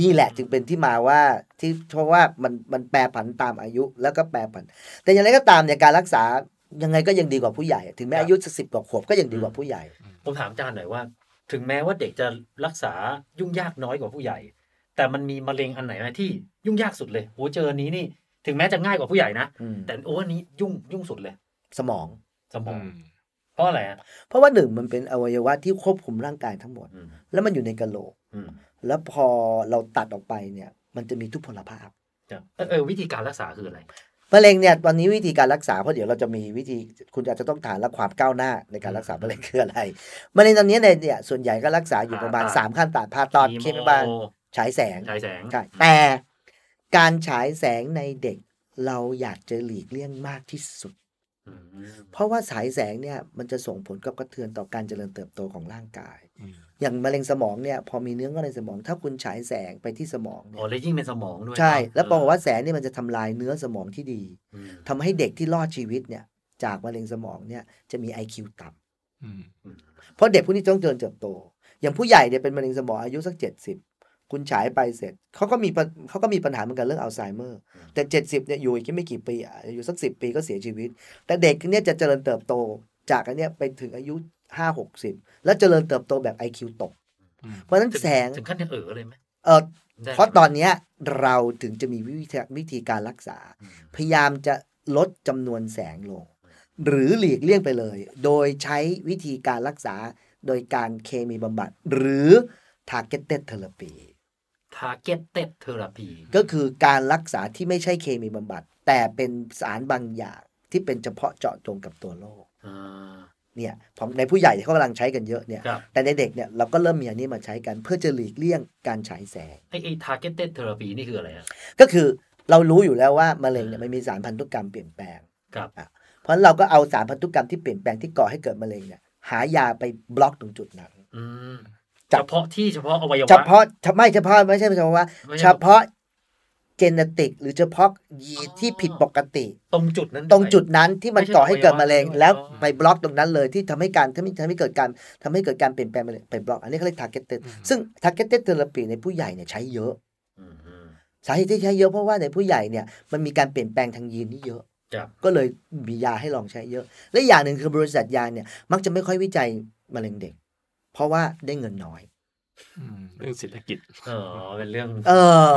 [SPEAKER 8] นี่แหละจึงเป็นที่มาว่าที่เพราะว่ามันมันแปรผันตามอายุแล้วก็แปรผัน แต่อย่างไรก็ตามเนี่ยการรักษายังไงก็ยังดีกว่าผู้ใหญ่ ถึง
[SPEAKER 6] ค
[SPEAKER 8] แม้
[SPEAKER 6] รับ
[SPEAKER 8] อายุสักสิบกว่าขวบก็ยังดีกว่าผู้ใหญ่
[SPEAKER 6] ผมถามอาจารย์หน่อยว่า ถึงแม้ว่าเด็กจะรักษายุ่งยากน้อยกว่าผู้ใหญ่ แต่มันมีมะเร็งอันไหนไหมที่ยุ่งยากสุดเลยโอ้เจออันนี้นี่ ถึงแม้จะง่ายกว่าผู้ใหญ่นะ
[SPEAKER 8] อืม
[SPEAKER 6] แต่โอ้อันนี้ยุ่งยุ่งสุดเลย
[SPEAKER 8] สมอง
[SPEAKER 6] สมองเพราะอะไรอ่ะ
[SPEAKER 8] เพราะว่าหนึ่งมันเป็นอวัยวะที่ควบคุมร่างกายทั้งหมด
[SPEAKER 6] อืม
[SPEAKER 8] แล้วมันอยู่ในกะโหลก
[SPEAKER 6] อืม
[SPEAKER 8] แล้วพอเราตัดออกไปเนี่ยมันจะมีทุพพลภาพ
[SPEAKER 6] ครับเออเออวิธีการรักษาคืออะไร
[SPEAKER 8] มะเร็งเนี่ยตอนนี้วิธีการรักษาเพราะเดี๋ยวเราจะมีวิธีคุณอาจจะต้องถามและความก้าวหน้าในการรักษามะเร็งคืออะไรมะเร็งตอนนี้เนี่ยเนี่ยส่วนใหญ่ก็รักษาอยู่ประมาณ
[SPEAKER 6] ผ่าตัด
[SPEAKER 8] สามขั้นตอนผ่าตัดเคมีบาลฉายแสง
[SPEAKER 6] ฉายแสง
[SPEAKER 8] ใช่แต่การฉายแสงในเด็กเราอยากจะหลีกเลี่ยงมากที่สุด
[SPEAKER 6] อืม
[SPEAKER 8] เพราะว่าฉายแสงเนี่ยมันจะส่งผลกับกระเทือนต่อการเจริญเติบโตของร่างกาย
[SPEAKER 7] อืม
[SPEAKER 8] อย่างมะเร็งสมองเนี่ยพอมีเนื้องอกในสมอง ถ้าคุณฉายแสงไปที่สมอง
[SPEAKER 6] อ๋อ
[SPEAKER 8] เนี่ย
[SPEAKER 6] แล้วยิ่งเป็นสมองด้วย
[SPEAKER 8] ใช่
[SPEAKER 6] นะ
[SPEAKER 8] แล้วปรากฏว่าแสงเนี่ยมันจะทำลายเนื้อสมองที่ดี
[SPEAKER 6] อืม
[SPEAKER 8] ทำให้เด็กที่รอดชีวิตเนี่ยจากมะเร็งสมองเนี่ยจะมี IQ ต่ำ
[SPEAKER 7] อืม
[SPEAKER 8] เพราะเด็กพวกนี้ต้องเจริญเติบโต อย่างผู้ใหญ่เนี่ยเป็นมะเร็งสมองอายุสัก 70 คุณฉายไปเสร็จเขาก็มีปัญเขาก็มีปัญหาเหมือนกันเรื่องอัลไซเมอร์ แต่ 70เนี่ยอยู่อีกแค่ไม่กี่ปีอะอยู่สักสิปีก็เสียชีวิต แต่เด็กเนี่ยจะเจริญเติบโตจากอันเนี้ยไปถึงอายุ 5 60 แล้วเจริญเติบโตแบบ IQ ตก
[SPEAKER 7] อืม
[SPEAKER 8] เพราะฉะนั้น
[SPEAKER 6] ถึ
[SPEAKER 8] แสง
[SPEAKER 6] ถึงขั้นยังเออเลยไหม
[SPEAKER 8] เออ
[SPEAKER 6] ได้ไหม
[SPEAKER 8] เพราะตอนเนี้ยเราถึงจะมีวิธีวิธีการรักษา
[SPEAKER 6] อืม
[SPEAKER 8] พยายามจะลดจำนวนแสงลง หรือหลีกเลี่ยงไปเลย โดยใช้วิธีการรักษา โดยการเคมีบำบัดหรือ targeted therapy
[SPEAKER 6] targeted therapy
[SPEAKER 8] ก็คือการรักษาที่ไม่ใช่เคมีบำบัด แต่เป็นสารบางอย่างที่เป็นเฉพาะเจาะจงกับตัวโรค
[SPEAKER 6] อ่า
[SPEAKER 8] เนี่ยผมในผู้ใหญ่เขากำลังใช้กันเยอะเนี่ย
[SPEAKER 6] ครับ
[SPEAKER 8] แต่ในเด็กเนี่ยเราก็เริ่มมีอันนี้มาใช้กันเพื่อจะหลีกเลี่ยงการฉายแสง
[SPEAKER 6] ไอไอ targeted therapy นี่คืออะไรฮะ
[SPEAKER 8] ก็คือเรารู้อยู่แล้วว่ามะเร็งเนี่ยมันมีสารพันธุกรรมเปลี่ยนแปลง
[SPEAKER 6] ครับ
[SPEAKER 8] อ่ะเพราะฉะนั้นเราก็เอาสารพันธุกรรมที่เปลี่ยนแปลงที่ก่อให้เกิดมะเร็งเนี่ยหายาไปบล็อกตรงจุดนั้น
[SPEAKER 6] อืม
[SPEAKER 8] จั
[SPEAKER 6] เฉ
[SPEAKER 8] บ
[SPEAKER 6] พาะที่เฉพาะอวัยวะ
[SPEAKER 8] เฉพาะไม่เฉพาะไม่ใช่เฉพาะว่า
[SPEAKER 6] ไม่ใช่
[SPEAKER 8] เฉพาะเจเนติกหรือเฉพาะยีนที่ผิดปกติ
[SPEAKER 6] ตรงจุดนั้น
[SPEAKER 8] ตรงจุดนั้นที่มัน
[SPEAKER 6] ไม่ใช่
[SPEAKER 8] ก่อให้เกิดมะเร็ง
[SPEAKER 6] อวัยวะ
[SPEAKER 8] แล้ว
[SPEAKER 6] อ๋อ
[SPEAKER 8] ไปบล็อกตรงนั้นเลยที่ทำให้การทำให้ทำให้เกิดการทำให้เกิดการเปลี่ยนแปลงมะเร็งไปบล็อก อันนี้เขาเรียก targeted ซึ่ง targeted therapy ในผู้ใหญ่เนี่ยใช้เยอะ
[SPEAKER 6] อืมอืม
[SPEAKER 8] สาเหตุที่ใช้เยอะเพราะว่าในผู้ใหญ่เนี่ยมันมีการเปลี่ยนแปลงทางยีนนี่เยอะ
[SPEAKER 6] ครับ
[SPEAKER 8] ก็เลยมียาให้ลองใช้เยอะ และอย่างหนึ่งคือบริษัทยาเนี่ยมักจะไม่ค่อยวิจัยมะเร็งเด็ก เพราะว่าได้เงินน้อย
[SPEAKER 7] อืมเรื่องเศรษฐกิจ
[SPEAKER 6] อ๋อเป็นเรื่อง
[SPEAKER 8] เอ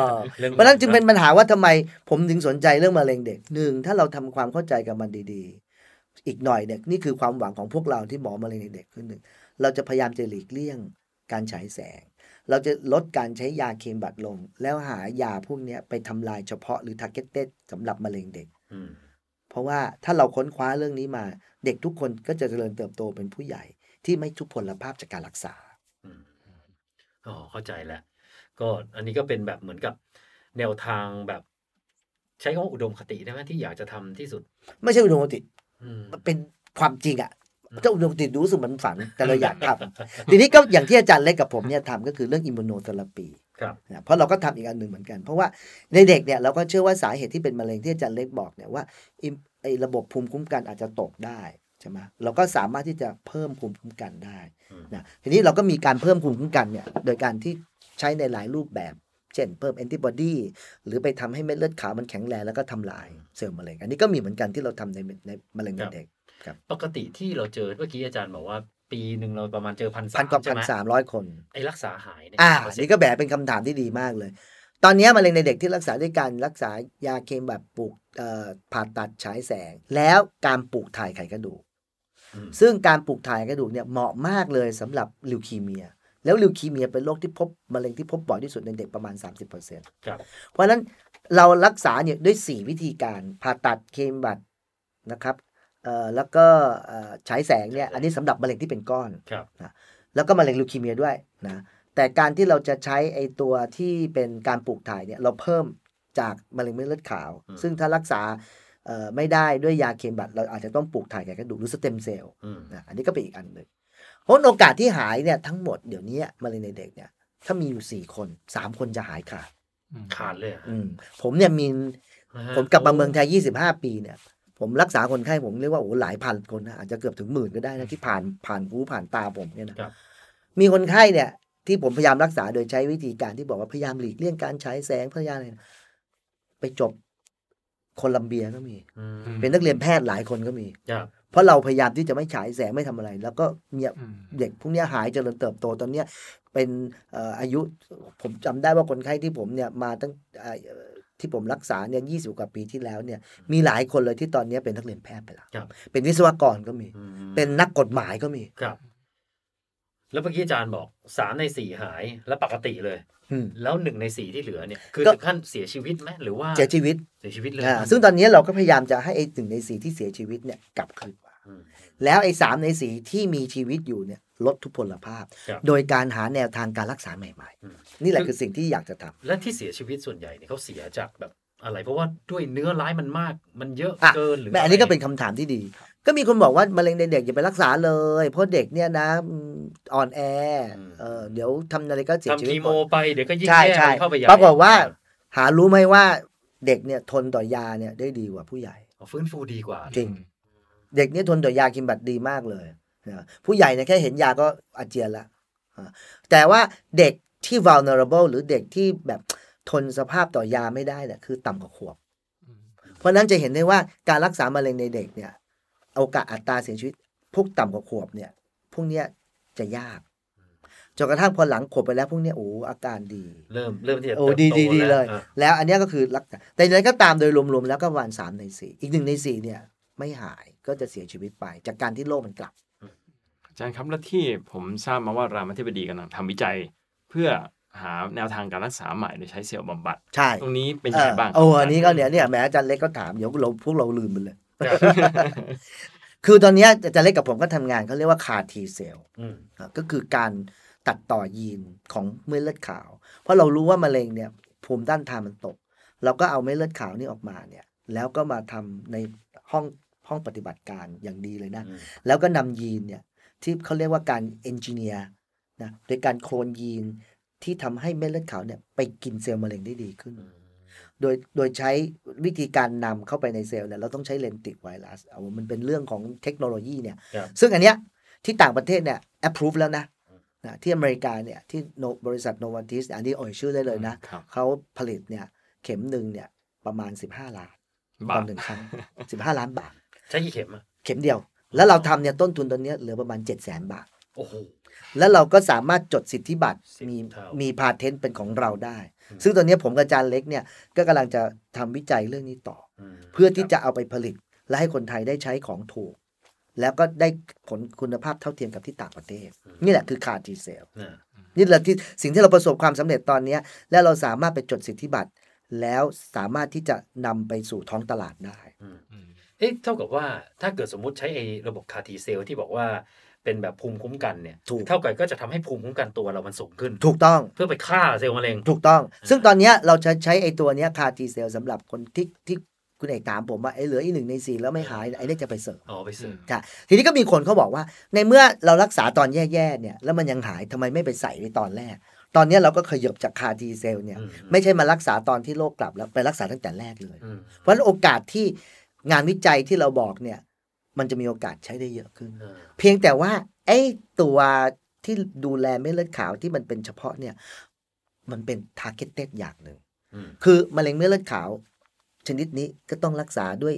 [SPEAKER 8] อ
[SPEAKER 6] รื่อง
[SPEAKER 8] เพราะฉะนั้นจึงเป็นปัญหาว่าทำไมผมถึงสนใจเรื่องมะเร็งเด็กหนึ่งถ้าเราทำความเข้าใจกับมันดีๆ อีกหน่อยเนี่ยนี่คือความหวังของพวกเราที่หมอมะเร็งเด็กคือหนึ่งเราจะพยายามจะหลีกเลี่ยงการฉายแสง เราจะลดการใช้ยาเคมบัดลง แล้วหายาพวกเนี้ยไปทำลายเฉพาะหรือ targeted สำหรับมะเร็งเด็ก
[SPEAKER 6] อืม
[SPEAKER 8] เพราะว่าถ้าเราค้นคว้าเรื่องนี้มา เด็กทุกคนก็จะเจริญเติบโตเป็นผู้ใหญ่ ที่ไม่ทุพพลภาพจากการรักษา
[SPEAKER 6] อืมอ๋อเข้าใจแล้วก็อันนี้ก็เป็นแบบเหมือนกับแนวทางแบบ ใช้คำว่าอุดมคติได้ไหมที่อยากจะทำที่สุด
[SPEAKER 8] ไม่ใช่อุดมคติ
[SPEAKER 6] อืม
[SPEAKER 8] มันเป็นความจริงอะ
[SPEAKER 6] อืม
[SPEAKER 8] เจ้าอุดมคติรู้สึกเหมันฝันแต่เราอยากท ำ ทีนี้ก็อย่างที่อาจารย์เล็กกับผมเนี่ยทำก็คือเรื่องอิมมูโนเทอราปี
[SPEAKER 6] ครับ
[SPEAKER 8] นะเพราะเราก็ทำอีกอันหนึ่งเหมือนกัน เพราะว่าในเด็กเนี่ยเราก็เชื่อว่าสาเหตุที่เป็นมะเร็งที่อาจารย์เล็กบอกเนี่ยว่าอิมไอ้ระบบภูมิคุ้มกันอาจจะตกได้ใช่ไหมเราก็สามารถที่จะเพิ่มภูมิคุ้มกันได้
[SPEAKER 6] อืม
[SPEAKER 8] นะทีนี้เราก็มีการเพิ่มภูมิคุ้มกันเนี่ยโดยการที่ใช้ในหลายรูปแบบ เช่นเพิ่มแอนติบอดีหรือไปทำให้เม็ดเลือดขาวมันแข็งแรงแล้วก็ทำลายเซลล์มะเร็ง อันนี้ก็มีเหมือนกันที่เราทำในในมะเร็ง
[SPEAKER 6] ครับ
[SPEAKER 8] เด็ก
[SPEAKER 6] ปกติที่เราเจอเมื่อกี้อาจารย์บอกว่า ปีหนึ่งเราประมาณเจอพันสา
[SPEAKER 8] พัน
[SPEAKER 6] ม
[SPEAKER 8] กว่า
[SPEAKER 6] ใช่
[SPEAKER 8] พัน
[SPEAKER 6] ไหม
[SPEAKER 8] สามร้อยคน
[SPEAKER 6] ไอ้รักษาหายเนี่ย
[SPEAKER 8] อ่า
[SPEAKER 6] เปร์เซ็น
[SPEAKER 8] นี่
[SPEAKER 6] ต์
[SPEAKER 8] ก็แบบเป็นคำถามที่ดีมากเลย ตอนนี้มะเร็งในเด็กที่รักษาด้วยการรักษายาเคมแบบปลูกเอ่อผ่าตัดฉายแสง แล้วการปลูกถ่ายไขกระดูก
[SPEAKER 6] อืม
[SPEAKER 8] ซึ่งการปลูกถ่ายกระดูกเนี่ยเหมาะมากเลยสำหรับลิวคีเมีย แล้วลิวคีเมียเป็นโรคที่พบมะเร็งที่พบบ่อยที่สุดในเด็กประมาณ 30%เ
[SPEAKER 6] ครับ
[SPEAKER 8] พราะฉะนั้นเรารักษาเนี่ยด้วย 4 วิธีการผ่าตัดเคมบัดนะครับเอ่อแล้วก็เอ่อฉายแสงเนี่ยอันนี้สำหรับมะเร็งที่เป็นก้อน
[SPEAKER 6] ครับ
[SPEAKER 8] นะแล้วก็มะเร็งลิวคีเมียด้วยนะแต่การที่เราจะใช้ไอตัวที่เป็นการปลูกถ่ายเนี่ยเราเพิ่มจากมะเร็งเม็ดเลือดขาว
[SPEAKER 6] อืม
[SPEAKER 8] ซึ่งถ้ารักษาเอ่อไม่ได้ด้วยยาเคมบัดเราอาจจะต้องปลูกถ่ายไขกระดูกหรือสเต็มเซลล์
[SPEAKER 6] อืม
[SPEAKER 8] นะอันนี้ก็เป็นอีกอันหนึ่งเพราะโอกาสที่หายเนี่ยทั้งหมดเดี๋ยวนี้มะเร็งในเด็กเนี่ยถ้ามีอยู่สี่คนสามคนจะหายขาด
[SPEAKER 6] ขาดเลยเหรอ
[SPEAKER 8] อืมผมเนี่ยมี
[SPEAKER 6] นะฮะ
[SPEAKER 8] ผมกลับมาเมืองไทยยี่สิบห้าปีเนี่ย ผมรักษาคนไข้ผมเรียกว่าโอ้โหหลายพันคนนะอาจจะเกือบถึงหมื่นก็ได้นะที่ผ่านผ่านหูผ่านตาผมเนี่ยนะครับ มีคนไข้เนี่ย ที่ผมพยายามรักษาโดยใช้วิธีการที่บอกว่าพยายามหลีกเลี่ยงการใช้แสงพยายามอะไรนะไปจบโคลัมเบียก็มี
[SPEAKER 6] อืม
[SPEAKER 8] เป็นนักเรียนแพทย์หลายคนก็มี
[SPEAKER 6] ครับ
[SPEAKER 8] เพราะเราพยายามที่จะไม่ฉายแสงไม่ทำอะไร แล้วก็เนี่ย
[SPEAKER 7] อืม
[SPEAKER 8] เด็กพวกเนี้ยหายเจริญเติบโตตอนเนี้ยเป็นเอ่ออายุผมจำได้ว่าคนไข้ที่ผมเนี่ยมาตั้งเอ่อที่ผมรักษาเนี่ยยีกว่าปีที่แล้วเนี่ยมีหลายคนเลยที่ตอนเนี้ยเป็นนักเรียนแพทย์ไปแล้ว
[SPEAKER 6] ครับ
[SPEAKER 8] เป็นวิศวกรก็มี
[SPEAKER 6] อืม
[SPEAKER 8] เป็นนักกฎหมายก็มี
[SPEAKER 6] ครับ แล้วเมื่อกี้อาจารย์บอกสามในสี่หายแล้วปกติเลย
[SPEAKER 8] อืม
[SPEAKER 6] แล้วหนึ่งในสี่ที่เหลือเนี่ย คือ
[SPEAKER 8] ก็
[SPEAKER 6] ถึงขั้นเสียชีวิตไหมหรือว่า
[SPEAKER 8] เสียชีวิต
[SPEAKER 6] เสียชีวิตเลย
[SPEAKER 8] อ่าซึ่งตอนเนี้ยเราก็พยายามจะให้ไอ้หนึ่งในสีที่เสียชีวิตเนี่ยกลับคืนมา
[SPEAKER 6] อืม
[SPEAKER 8] แล้วไอ้สามในสีที่มีชีวิตอยู่เนี่ยลดทุพพลภาพ
[SPEAKER 6] ครับ
[SPEAKER 8] โดยการหาแนวทางการรักษาใหม่
[SPEAKER 6] อืม
[SPEAKER 8] ๆ นี่แหละคือสิ่งที่อยากจะทำ
[SPEAKER 6] และที่เสียชีวิตส่วนใหญ่เนี่ยเขาเสียจากแบบอะไร เพราะว่าด้วยเนื้อร้ายมันมาก มันเยอะ
[SPEAKER 8] อ่ะ
[SPEAKER 6] เกินหรือ
[SPEAKER 8] แม่
[SPEAKER 6] อะไร
[SPEAKER 8] อันนี้ก็เป็นคำถามที่ดี ก็มีคนบอกว่ามะเร็งในเด็กอย่าไปรักษาเลย เพราะเด็กเนี่ยนะอืมอ่อนแอเออเดี๋ยวทำอะไรก็เสียชี
[SPEAKER 6] ทำ
[SPEAKER 8] วิ
[SPEAKER 6] คี
[SPEAKER 8] ต
[SPEAKER 6] โมไปเดี๋ยวก็ยิ่ง
[SPEAKER 8] ใช่
[SPEAKER 6] แย่
[SPEAKER 8] ใช่
[SPEAKER 6] เข้าไปใหญ่
[SPEAKER 8] ปรากฏว่า หารู้ไหมว่าเด็กเนี่ยทนต่อยาเนี่ยได้ดีกว่าผู้ใหญ่
[SPEAKER 6] อ่าฟื้นฟูดีกว่า
[SPEAKER 8] จริง เด็กเนี่ยทนต่อยากินบัตรดีมากเลยนะผู้ใหญ่เนี่ยแค่เห็นยาก็อาเจียนละอ่าแต่ว่าเด็กที่ vulnerable หรือเด็กที่แบบทนสภาพต่อยาไม่ได้เนี่ยคือต่ำกว่าขวบ เพราะฉะนั้นจะเห็นได้ว่าการรักษามะเร็งในเด็กเนี่ยโอกาสอัตราเสียชีวิต พวกต่ำกว่าขวบเนี่ย พวกเนี้ยจะยากจนกระทั่งพอหลังขวบไปแล้วพวกเนี้ยโอ้อาการดี
[SPEAKER 6] เริ่มเริ่มที่จะ
[SPEAKER 8] โอ้
[SPEAKER 6] เติบ
[SPEAKER 8] ดี
[SPEAKER 6] โต
[SPEAKER 8] ดีดีเลย
[SPEAKER 6] แวอ่ะ
[SPEAKER 8] แล้วอันเนี้ยก็คือรักษาแต่อย่างไรก็ตามโดยรวมๆแล้วก็ประมาณสามในสี่อีกหนึ่งในสี่เนี่ย ไม่หายก็จะเสียชีวิตไป จากการที่โรคมันกลับ
[SPEAKER 7] อาจารย์ครับและที่ผมทราบมาว่ารามาธิบดีกำลังทำวิจัย เพื่อหาแนวทางการรักษาใหม่โดยใช้เซลล์บำบัด
[SPEAKER 8] ใช่
[SPEAKER 7] ตรงนี้เป็นยังไงบ้าง
[SPEAKER 8] เออโอ้อันนี้ก็เนี่ยเนี่ยแหม้อาจารย์เล็กก็ถามเดี๋ยวเราพวกเราลืมไปเลย คือตอนเนี้ยอาจารย์เล็กกับผมก็ทำงานเขาเรียกว่าคาทีเซล
[SPEAKER 6] อืม
[SPEAKER 8] อ่ะก็คือการตัดต่อยีนของเม็ดเลือดขาว เพราะเรารู้ว่ามะเร็งเนี่ยภูมิต้านทานมันตก เราก็เอาเม็ดเลือดขาวนี่ออกมาเนี่ยแล้วก็มาทำในห้องห้องปฏิบัติการอย่างดีเลยนะ
[SPEAKER 6] อืม
[SPEAKER 8] แล้วก็นำยีนเนี่ยที่เขาเรียกว่าการเอนจิเนียร์นะโดยการโคลนยีนที่ทำให้เม็ดเลือดขาวเนี่ยไปกินเซลล์มะเร็งได้ดีขึ้น โดยโดยใช้วิธีการนำเข้าไปในเซลล์เนี่ยเราต้องใช้เลนติกไวรัสเอามันเป็นเรื่องของเทคโนโลยีเนี่ย
[SPEAKER 6] ครับ
[SPEAKER 8] ซึ่งอันเนี้ยที่ต่างประเทศเนี่ย approve แล้วนะนะที่อเมริกาเนี่ยที่โนบริษัทโนวันติสอันนี้เอ่ยชื่อได้เลยนะ
[SPEAKER 7] ครับ
[SPEAKER 8] เขาผลิตเนี่ยเข็มหนึ่งเนี่ยประมาณ 15 ล้าน
[SPEAKER 7] บาท
[SPEAKER 8] ต่อหนึ่งครั้ง 15 ล้านบาท
[SPEAKER 6] ใช้กี่เข็มอะ
[SPEAKER 8] เข็มเดียว แล้วเราทำเนี่ยต้นทุนตอนเนี้ยเหลือประมาณ 7 0 0 0 0 0 บาท
[SPEAKER 6] โอ้โห
[SPEAKER 8] แล้วเราก็สามารถจดสิทธิบัตร
[SPEAKER 6] สิบ
[SPEAKER 8] มี
[SPEAKER 6] เท่ามี
[SPEAKER 8] มีพาเทนต์เป็นของเราได้
[SPEAKER 6] อืม
[SPEAKER 8] ซึ่งตอนเนี้ยผมกับอาจารย์เล็กเนี่ยก็กำลังจะทำวิจัยเรื่องนี้ต่อ
[SPEAKER 6] ม
[SPEAKER 8] เพื่อที่จะเอาไปผลิตและให้คนไทยได้ใช้ของถูก แล้วก็ได้ผลคุณภาพเท่าเทียมกับที่ต่างประเทศ นี่แหละคือคาทีเซล
[SPEAKER 6] นะ
[SPEAKER 8] นี่แหละที่สิ่งที่เราประสบความสำเร็จตอนเนี้ยและเราสามารถไปจดสิทธิบัตร แล้วสามารถที่จะนำไปสู่ท้องตลาดได้
[SPEAKER 6] อืม
[SPEAKER 7] อืม
[SPEAKER 6] เอ๊ะเท่ากับว่าถ้าเกิดสมมุติใช้ไอ้ระบบคาทีเซลที่บอกว่าเป็นแบบภูมิคุ้มกันเนี่ย
[SPEAKER 8] ถูก
[SPEAKER 6] เท่ากับก็จะทำให้ภูมิคุ้มกันตัวเรามันสูงขึ้น
[SPEAKER 8] ถูกต้อง
[SPEAKER 6] เพื่อไปฆ่าเซลล์มะเร็ง
[SPEAKER 8] ถูกต้อง ซึ่งตอนเนี้ยเราจะใช้ไอ้ตัวเนี้ยคาทีเซลสำหรับคนที่ที่คุณเอกถามผมว่าไอ้เหลืออีกหนึ่งในสี่แล้วไม่หายไอ้เนี่ยจะไปเสริม
[SPEAKER 6] อ๋อ ไปเสริม
[SPEAKER 8] ค่ะทีนี้ก็มีคนเขาบอกว่า ในเมื่อเรารักษาตอนแย่ๆเนี่ยแล้วมันยังหายทำไมไม่ไปใส่ในตอนแรก ตอนเนี้ยเราก็ขยบจากคาทีเซลเนี่ย
[SPEAKER 6] อืม
[SPEAKER 8] ไม่ใช่มารักษาตอนที่โรคกลับแล้วไปรักษาตั้งแต่แรกเลย
[SPEAKER 6] อืม
[SPEAKER 8] เพราะฉะนั้นโอกาสที่งานวิจัยที่เราบอกเนี่ยมันจะมีโอกาสใช้ได้เยอะขึ้น
[SPEAKER 6] อ่า
[SPEAKER 8] เพียงแต่ว่าไอ้ตัวที่ดูแลเม็ดเลือดขาวที่มันเป็นเฉพาะเนี่ยมันเป็นทาร์เก็ตเต็ดอย่างหนึ่ง
[SPEAKER 6] อืม
[SPEAKER 8] คือมะเร็งเม็ดเลือดขาว ชนิดนี้ก็ต้องรักษาด้วย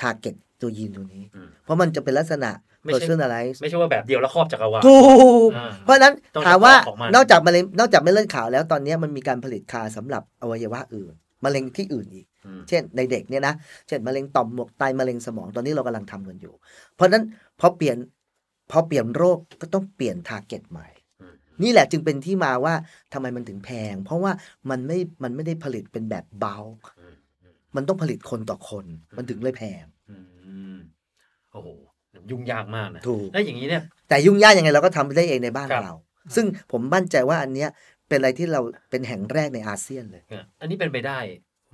[SPEAKER 8] ทาร์เก็ตตัวยีนตัวนี้
[SPEAKER 6] อืม
[SPEAKER 8] เพราะมันจะเป็นลักษณะ
[SPEAKER 6] ไม่ใช่
[SPEAKER 8] personalize
[SPEAKER 6] ไม่ใช่ว่าแบบเดียวแล้วครอบจักรวาล
[SPEAKER 8] ถูก
[SPEAKER 6] อ่า
[SPEAKER 8] เพราะฉะนั้น
[SPEAKER 6] ต้อง
[SPEAKER 8] ถามว่า
[SPEAKER 6] เฉพาะของมัน
[SPEAKER 8] นอกจากมะเร็งนอกจากไม่เลือดขาวแล้วตอนนี้มันมีการผลิตคาสำหรับอวัยวะอื่นมะเร็งที่อื่นอีก
[SPEAKER 6] อืม
[SPEAKER 8] เช่นในเด็กเนี่ยนะ เช่นมะเร็งต่อมหมวกไตมะเร็งสมองตอนนี้เรากำลังทำกันอยู่ เพราะฉะนั้นพอเปลี่ยนพอเปลี่ยนโรคก็ต้องเปลี่ยนทาร์เก็ตใหม่
[SPEAKER 6] อืม
[SPEAKER 8] นี่แหละจึงเป็นที่มาว่าทำไมมันถึงแพง เพราะว่ามันไม่มันไม่ได้ผลิตเป็นแบบเบา
[SPEAKER 6] อืมอืม
[SPEAKER 8] มันต้องผลิตคนต่อคน มันถึงเลยแพง
[SPEAKER 6] อืมโอ้โห ยุ่งยากมากนะ
[SPEAKER 8] ถูก
[SPEAKER 6] แล้วอย่างนี้เนี่ย
[SPEAKER 8] แต่ยุ่งยากยังไงเราก็ทำได้เองในบ้าน
[SPEAKER 6] ครับ
[SPEAKER 8] เรา ซึ่งผมมั่นใจว่าอันเนี้ยเป็นอะไรที่เราเป็นแห่งแรกในอาเซียนเลย
[SPEAKER 6] เนี่ยอันนี้เป็นไปได้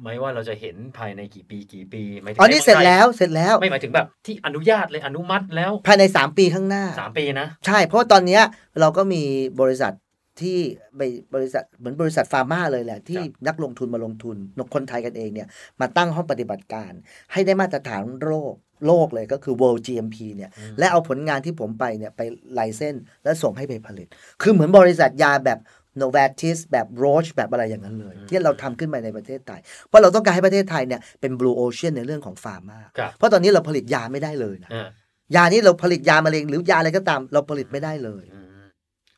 [SPEAKER 6] ไหมว่าเราจะเห็นภายในกี่ปีกี่ปีหมายถึง
[SPEAKER 8] อ๋อนี่เสร็จแล้วเสร็จแล้ว
[SPEAKER 6] ไม่หมายถึงแบบที่อนุญาตเลยอนุมัติแล้ว
[SPEAKER 8] ภายใน 3 ปีข้างหน้า
[SPEAKER 6] สามปีนะ
[SPEAKER 8] ใช่ เพราะว่าตอนเนี้ยเราก็มีบริษัทที่ไปบริษัทเหมือนบริษัทฟาร์มาเลยแหละ ที่นักลงทุนมาลงทุนนกคนไทยกันเองเนี่ยมาตั้งห้องปฏิบัติการ ให้ได้มาตรฐานโลกโลกเลยก็คือ world GMP เนี่ย
[SPEAKER 6] อืม
[SPEAKER 8] และเอาผลงานที่ผมไปเนี่ยไปไลเส้นและส่งให้ไปผลิต คือเหมือนบริษัทยาแบบ Novartis แบบ Roche แบบอะไรอย่างนั้นเลยที่เราทำขึ้นมาในประเทศไทย เพราะเราต้องการให้ประเทศไทยเนี่ยเป็น blue ocean ในเรื่องของฟาร์มา
[SPEAKER 6] ครับ
[SPEAKER 8] เพราะตอนนี้เราผลิตยาไม่ได้เลยนะ
[SPEAKER 6] อ่าย
[SPEAKER 8] านี่เราผลิตยามะเร็งหรือยาอะไรก็ตาม เราผลิตไม่ได้เลย
[SPEAKER 6] อืม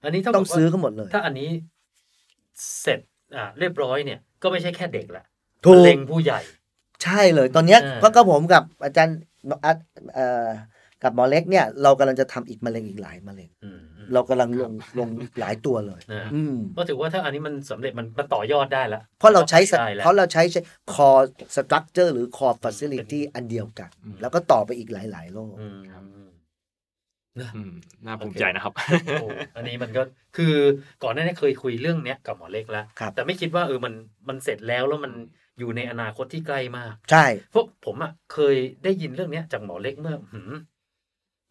[SPEAKER 6] อันนี้เท่ากั
[SPEAKER 8] ต้อบ ง
[SPEAKER 6] ว่า
[SPEAKER 8] ซื้อเขาหมดเลย
[SPEAKER 6] ถ้าอันนี้เสร็จอ่าเรียบร้อยเนี่ย ก็ไม่ใช่แค่เด็กละ
[SPEAKER 8] ถูก
[SPEAKER 6] มะเล็งผู้ใหญ่
[SPEAKER 8] ใช่เลยตอนเนี้ย
[SPEAKER 6] เออ
[SPEAKER 8] เพราะก็ผมกับอาจารย์อ่ะเอ่อกับหมอเล็กเนี่ย เรากำลังจะทำอีกมะเร็งอีกหลายมะเร็ง
[SPEAKER 6] อืมอืม
[SPEAKER 8] เรากำลังลงลงหลายตัวเลย
[SPEAKER 6] เอออื
[SPEAKER 8] อืม
[SPEAKER 6] ก็ถือว่าถ้าอันนี้มันสำเร็จมันมันต่อยอดได้ละ
[SPEAKER 8] เพราะเราใช้สะ
[SPEAKER 6] ได้แล้ว
[SPEAKER 8] เพราะเราใช้ core structure หรือ core facility อันเดียวกัน
[SPEAKER 7] อืม
[SPEAKER 8] แล้วก็ต่อไปอีกหลาย ๆ โลก
[SPEAKER 6] อืม
[SPEAKER 7] อืมน่าภูมิใจนะครับ
[SPEAKER 6] โอ้อันนี้มันก็คือก่อนหน้านี้เคยคุยเรื่องเนี้ยกับหมอเล็กแล้ว
[SPEAKER 8] ครับ
[SPEAKER 6] แต่ไม่คิดว่าเออมันมันเสร็จแล้วแล้วมันอยู่ในอนาคตที่ใกล้มาก
[SPEAKER 8] ใช่
[SPEAKER 6] เพราะผมอ่ะเคยได้ยินเรื่องเนี้ยจากหมอเล็กเมื่อหืม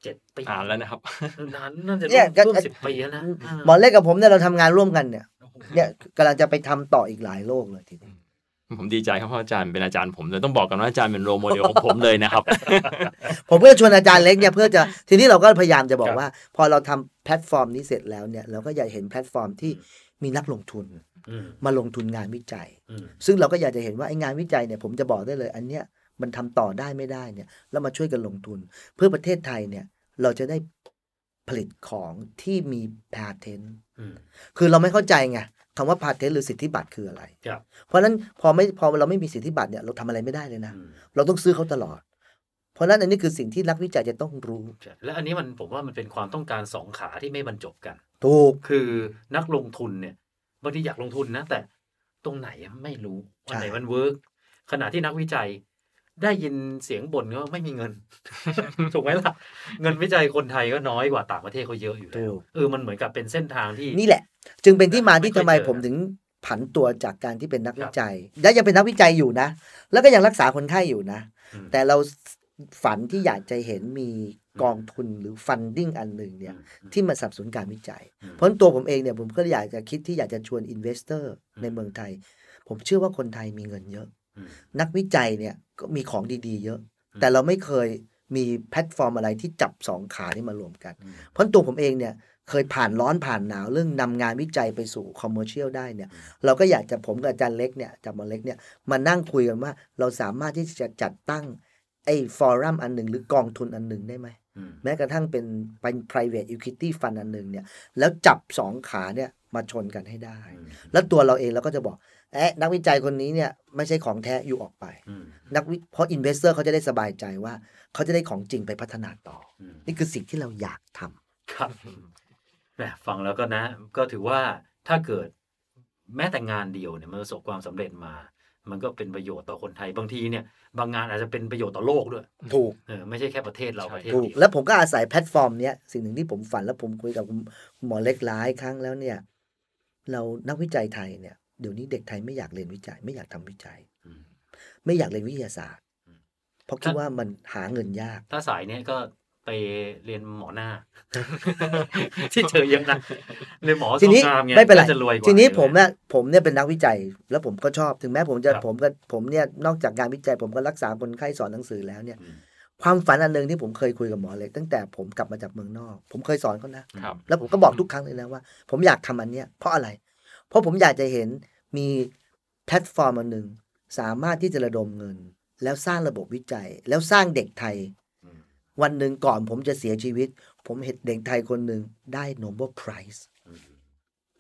[SPEAKER 6] เจ็ดปี
[SPEAKER 7] อ่านแล้วนะครับ
[SPEAKER 6] นานน่าจะ
[SPEAKER 8] เนี่ยก็
[SPEAKER 6] ร่วมสิบปีแล้วนะ
[SPEAKER 8] หมอเล็กกับผมเนี่ยเราทำงานร่วมกันเนี่ย
[SPEAKER 6] โอ้โห
[SPEAKER 8] เนี่ยกำลังจะไปทำต่ออีกหลายโลกเลยทีนี้
[SPEAKER 7] ผมดีใจครับเพราะอาจารย์เป็นอาจารย์ผมเลยต้องบอกกันว่าอาจารย์เป็นโรลโมเดลของผมเลยนะครับ
[SPEAKER 8] ผมก็จะชวนอาจารย์เล็กเนี่ยเพื่อจะทีนี้เราก็พยายามจะบอ
[SPEAKER 6] ค
[SPEAKER 8] ก
[SPEAKER 6] รับ
[SPEAKER 8] ว่า พอเราทำแพลตฟอร์มนี้เสร็จแล้วเนี่ยเราก็อยากเห็นแพลตฟอร์มที่มีนักลงทุน
[SPEAKER 6] อืม
[SPEAKER 8] มาลงทุนงานวิจัย
[SPEAKER 6] อืม
[SPEAKER 8] ซึ่งเราก็อยากจะเห็นว่าไอ้งานวิจัยเนี่ยผมจะบอกได้เลย อันเนี้ยมันทำต่อได้ไม่ได้เนี่ยแล้วมาช่วยกันลงทุน เพื่อประเทศไทยเนี่ยเราจะได้ผลิตของที่มีพาเทนต์
[SPEAKER 6] อืม
[SPEAKER 8] คือเราไม่เข้าใจไงคำว่าพาเทนต์หรือสิทธิบัตรคืออะไร
[SPEAKER 6] ครับ
[SPEAKER 8] เพราะฉะนั้นพอไม่พอเราไม่มีสิทธิบัตรเนี่ยเราทำอะไรไม่ได้เลยนะ
[SPEAKER 6] อืม
[SPEAKER 8] เราต้องซื้อเขาตลอด เพราะฉะนั้นอันนี้คือสิ่งที่นักวิจัยจะต้องรู้
[SPEAKER 6] และอันนี้มันผมว่ามันเป็นความต้องการสองขาที่ไม่บรรจบกัน
[SPEAKER 8] ถูก
[SPEAKER 6] คือนักลงทุนเนี่ยบางทีอยากลงทุนนะ แต่ตรงไหนอะไม่รู้ว่า
[SPEAKER 8] ใช่
[SPEAKER 6] ไหนมันเวิร์กขณะที่นักวิจัย ได้ยินเสียงบ่นว่าไม่มีเงิน ถูกไหมล่ะ เงินวิจัยคนไทยก็น้อยกว่าต่างประเทศเขาเยอะอยู่แล้
[SPEAKER 8] ถู
[SPEAKER 6] ว
[SPEAKER 8] ก
[SPEAKER 6] เออมันเหมือนกับเป็นเส้นทางที่
[SPEAKER 8] นี่แหละ จึงเป็นที่มาที่ทำไม
[SPEAKER 6] ไม่ค่อยเจอ
[SPEAKER 8] ผมถึงผันตัวจากการที่เป็นนักวิจัย และยังเป็นนักวิจัยอยู่นะ แล้วก็ยังรักษาคนไข้อยู่นะ
[SPEAKER 6] อืม
[SPEAKER 8] แต่เราฝันที่อยากจะเห็นมีกองทุนหรือฟันดิ้งอันหนึ่งเนี่ย ที่มาสนับสนุนการวิจัย
[SPEAKER 6] อืม
[SPEAKER 8] เพราะฉะนั้นตัวผมเองเนี่ยผมก็อยากจะคิดที่อยากจะชวนอินเวสเตอร์
[SPEAKER 6] อืม
[SPEAKER 8] ในเมืองไทย ผมเชื่อว่าคนไทยมีเงินเยอะ
[SPEAKER 6] อืม
[SPEAKER 8] นักวิจัยเนี่ยก็มีของดีๆ เยอะ
[SPEAKER 6] อืม
[SPEAKER 8] แต่เราไม่เคยมีแพลตฟอร์มอะไรที่จับสองขานี่มารวมกัน
[SPEAKER 6] อืม
[SPEAKER 8] เพราะตัวผมเองเนี่ยเคยผ่านร้อนผ่านหนาวเรื่องนำงานวิจัยไปสู่คอมเมอร์เชียลได้เนี่ย
[SPEAKER 6] อืม
[SPEAKER 8] เราก็อยากจะผมกับอาจารย์เล็กเนี่ยอาจารย์หมอเล็กเนี่ยมานั่งคุยกันว่า เราสามารถที่จะจัดตั้งไอ้ฟอรัมอันหนึ่งหรือกองทุนอันหนึ่งได้ไหม
[SPEAKER 6] อืม
[SPEAKER 8] แม้กระทั่งเป็นเป็น private equity fund อันหนึ่งเนี่ย แล้วจับสองขาเนี่ยมาชนกันให้ได้
[SPEAKER 6] อืม
[SPEAKER 8] แล้วตัวเราเองเราก็จะบอกเอ๊ะนักวิจัยคนนี้เนี่ยไม่ใช่ของแท้อยู่ออกไป
[SPEAKER 6] อืม
[SPEAKER 8] นักวิเพราะ investor เขาจะได้สบายใจว่า เขาจะได้ของจริงไปพัฒนาต่อ
[SPEAKER 6] อืม
[SPEAKER 8] นี่คือสิ่งที่เราอยากทำ
[SPEAKER 6] ครับแหมฟังแล้วก็นะ ก็ถือว่าถ้าเกิดแม้แต่งานเดียวเนี่ยมันประสบความสำเร็จมา มันก็เป็นประโยชน์ต่อคนไทยบางทีเนี่ย บางงานอาจจะเป็นประโยชน์ต่อโลกด้วย
[SPEAKER 8] ถูก
[SPEAKER 6] เออไม่ใช่แค่ประเทศเรา
[SPEAKER 7] ใช่
[SPEAKER 6] ประเทศ
[SPEAKER 8] ถูก
[SPEAKER 6] เดียว
[SPEAKER 8] แล้วผมก็อาศัยแพลตฟอร์มเนี้ยสิ่งหนึ่งที่ผมฝันและผมคุยกับคุณคุณหมอเล็กหลายครั้งแล้วเนี่ย เรานักวิจัยไทยเนี่ยเดี๋ยวนี้เด็กไทยไม่อยากเรียนวิจัย ไม่อยากทำวิจัย
[SPEAKER 6] อืม
[SPEAKER 8] ไม่อยากเรียนวิทยาศาสตร์
[SPEAKER 6] อืม
[SPEAKER 8] เพราะคิดว่ามันหาเงินยาก
[SPEAKER 6] ถ้าสายเนี้ยก็ไปเรียนหมอหน้า ที่เจอเยอะนะเรียนหมอ
[SPEAKER 8] ทีนี้
[SPEAKER 6] สงครามเงี้ย
[SPEAKER 8] ไม่เป็นไร
[SPEAKER 6] ก็จะรวยกว่า
[SPEAKER 8] ทีนี้ผม
[SPEAKER 6] นะ
[SPEAKER 8] เนี่ยผมเนี่ยเป็นนักวิจัย แล้วผมก็ชอบถึงแม้ผมจะ
[SPEAKER 6] ครับ
[SPEAKER 8] ผมก็ผมเนี่ยนอกจากงานวิจัย ผมก็รักษาคนไข้สอนหนังสือแล้วเนี่ย ความฝันอันหนึ่งที่ผมเคยคุยกับหมอเล็กตั้งแต่ผมกลับมาจากเมืองนอก ผมเคยสอนเขานะ
[SPEAKER 7] ครับ
[SPEAKER 8] แล้วผมก็บอกทุกครั้งเลยนะว่า ผมอยากทำอันเนี้ยเพราะอะไร เพราะผมอยากจะเห็นมีแพลตฟอร์มอันหนึ่งสามารถที่จะระดมเงิน แล้วสร้างระบบวิจัย แล้วสร้างเด็กไทย
[SPEAKER 6] อืม
[SPEAKER 8] วันหนึ่งก่อนผมจะเสียชีวิต ผมเห็นเด็กไทยคนหนึ่งได้ Nobel Prize
[SPEAKER 6] อืม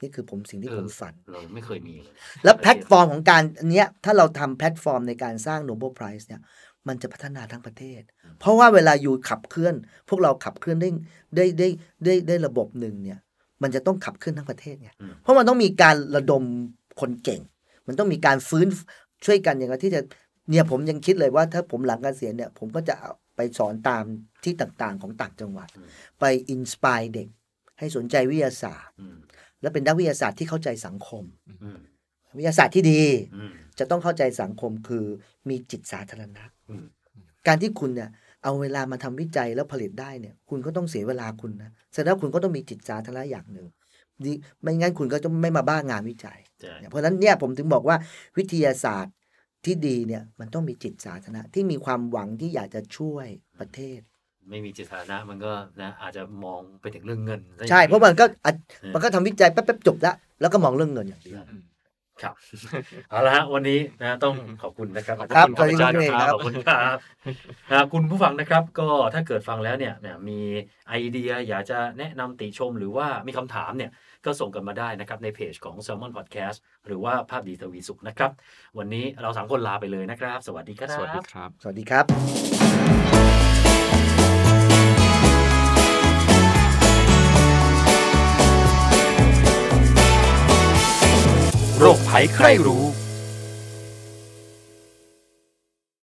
[SPEAKER 8] นี่คือผมสิ่งที่
[SPEAKER 6] เออ
[SPEAKER 8] ผมฝัน
[SPEAKER 6] เราไม่เคยมีเลย
[SPEAKER 8] แล้วแพลตฟอร์มของการอันเนี้ยถ้าเราทำแพลตฟอร์มในการสร้าง Nobel Prize เนี่ยมันจะพัฒนาทั้งประเทศ เพราะว่าเวลาอยู่ขับเคลื่อน พวกเราขับเคลื่อนได้ได้ได้ได้ได้ระบบหนึ่งเนี่ยมันจะต้องขับเคลื่อนทั้งประเทศไงเพราะมันต้องมีการระดมคนเก่ง มันต้องมีการฟื้นช่วยกันอย่างไรที่จะเนี่ยผมยังคิดเลยว่าถ้าผมหลังเการเสียณเนี่ยผมก็จะเอาไปสอนตามที่ต่างๆของต่างจังหวัด ไปอินสปายเด็ก ให้สนใจวิทยาศาสตร์
[SPEAKER 6] อืม
[SPEAKER 8] และเป็นนักวิทยาศาสตร์ที่เข้าใจสังคม
[SPEAKER 6] อืม
[SPEAKER 8] วิทยาศาสตร์ที่ดี
[SPEAKER 6] อืม
[SPEAKER 8] จะต้องเข้าใจสังคมคือมีจิตสาธารณะ
[SPEAKER 6] อืม
[SPEAKER 8] การที่คุณเนี่ยเอาเวลามาทำวิจัยแล้วผลิตได้เนี่ย คุณก็ต้องเสียเวลาคุณนะแสดงว่าคุณก็ต้องมีจิตสาธารณะอย่างหนึ่งดีไม่งั้นคุณก็จะไม่มาบ้างานวิจัย
[SPEAKER 6] ใช่
[SPEAKER 8] เพราะฉะนั้นเนี่ยผมถึงบอกว่าวิทยาศาสตร์ที่ดีเนี่ยมันต้องมีจิตสาธารณะที่มีความหวังที่อยากจะช่วยประเทศ
[SPEAKER 6] ไม่มีจิตสาธารณะมันก็นะ อาจจะมองไปถึงเรื่องเงินซอย่ง
[SPEAKER 8] ใช่ เพราะมันก็อ่ะ
[SPEAKER 6] เออ
[SPEAKER 8] มันก็ทำวิจัยแป๊บๆจบละแล้วก็มองเรื่องเงินอย่างเดียว
[SPEAKER 6] ครับ เอาละฮะวันนี้นะต้องขอบคุณนะครับ
[SPEAKER 7] ขอบ
[SPEAKER 8] ครับ
[SPEAKER 7] คุณครับอาจารย์
[SPEAKER 8] สวั
[SPEAKER 7] ค
[SPEAKER 8] สดีครั
[SPEAKER 7] รับ บ
[SPEAKER 6] ขอบคุณครับนะคุณผู้ฟังนะครับ ก็ถ้าเกิดฟังแล้วเนี่ยนะมีไอเดียอยากจะแนะนำติชมหรือว่ามีคำถามเนี่ยก็ส่งกันมาได้นะครับในเพจของ Salmon Podcast หรือว่าภาพดีทวีสุขนะครับ วันนี้เราสามคนลาไปเลยนะครับ สวัสดีครับ
[SPEAKER 7] สวัสดีครับ
[SPEAKER 8] สวัสดีครับ
[SPEAKER 5] โรคภัยไข้รู้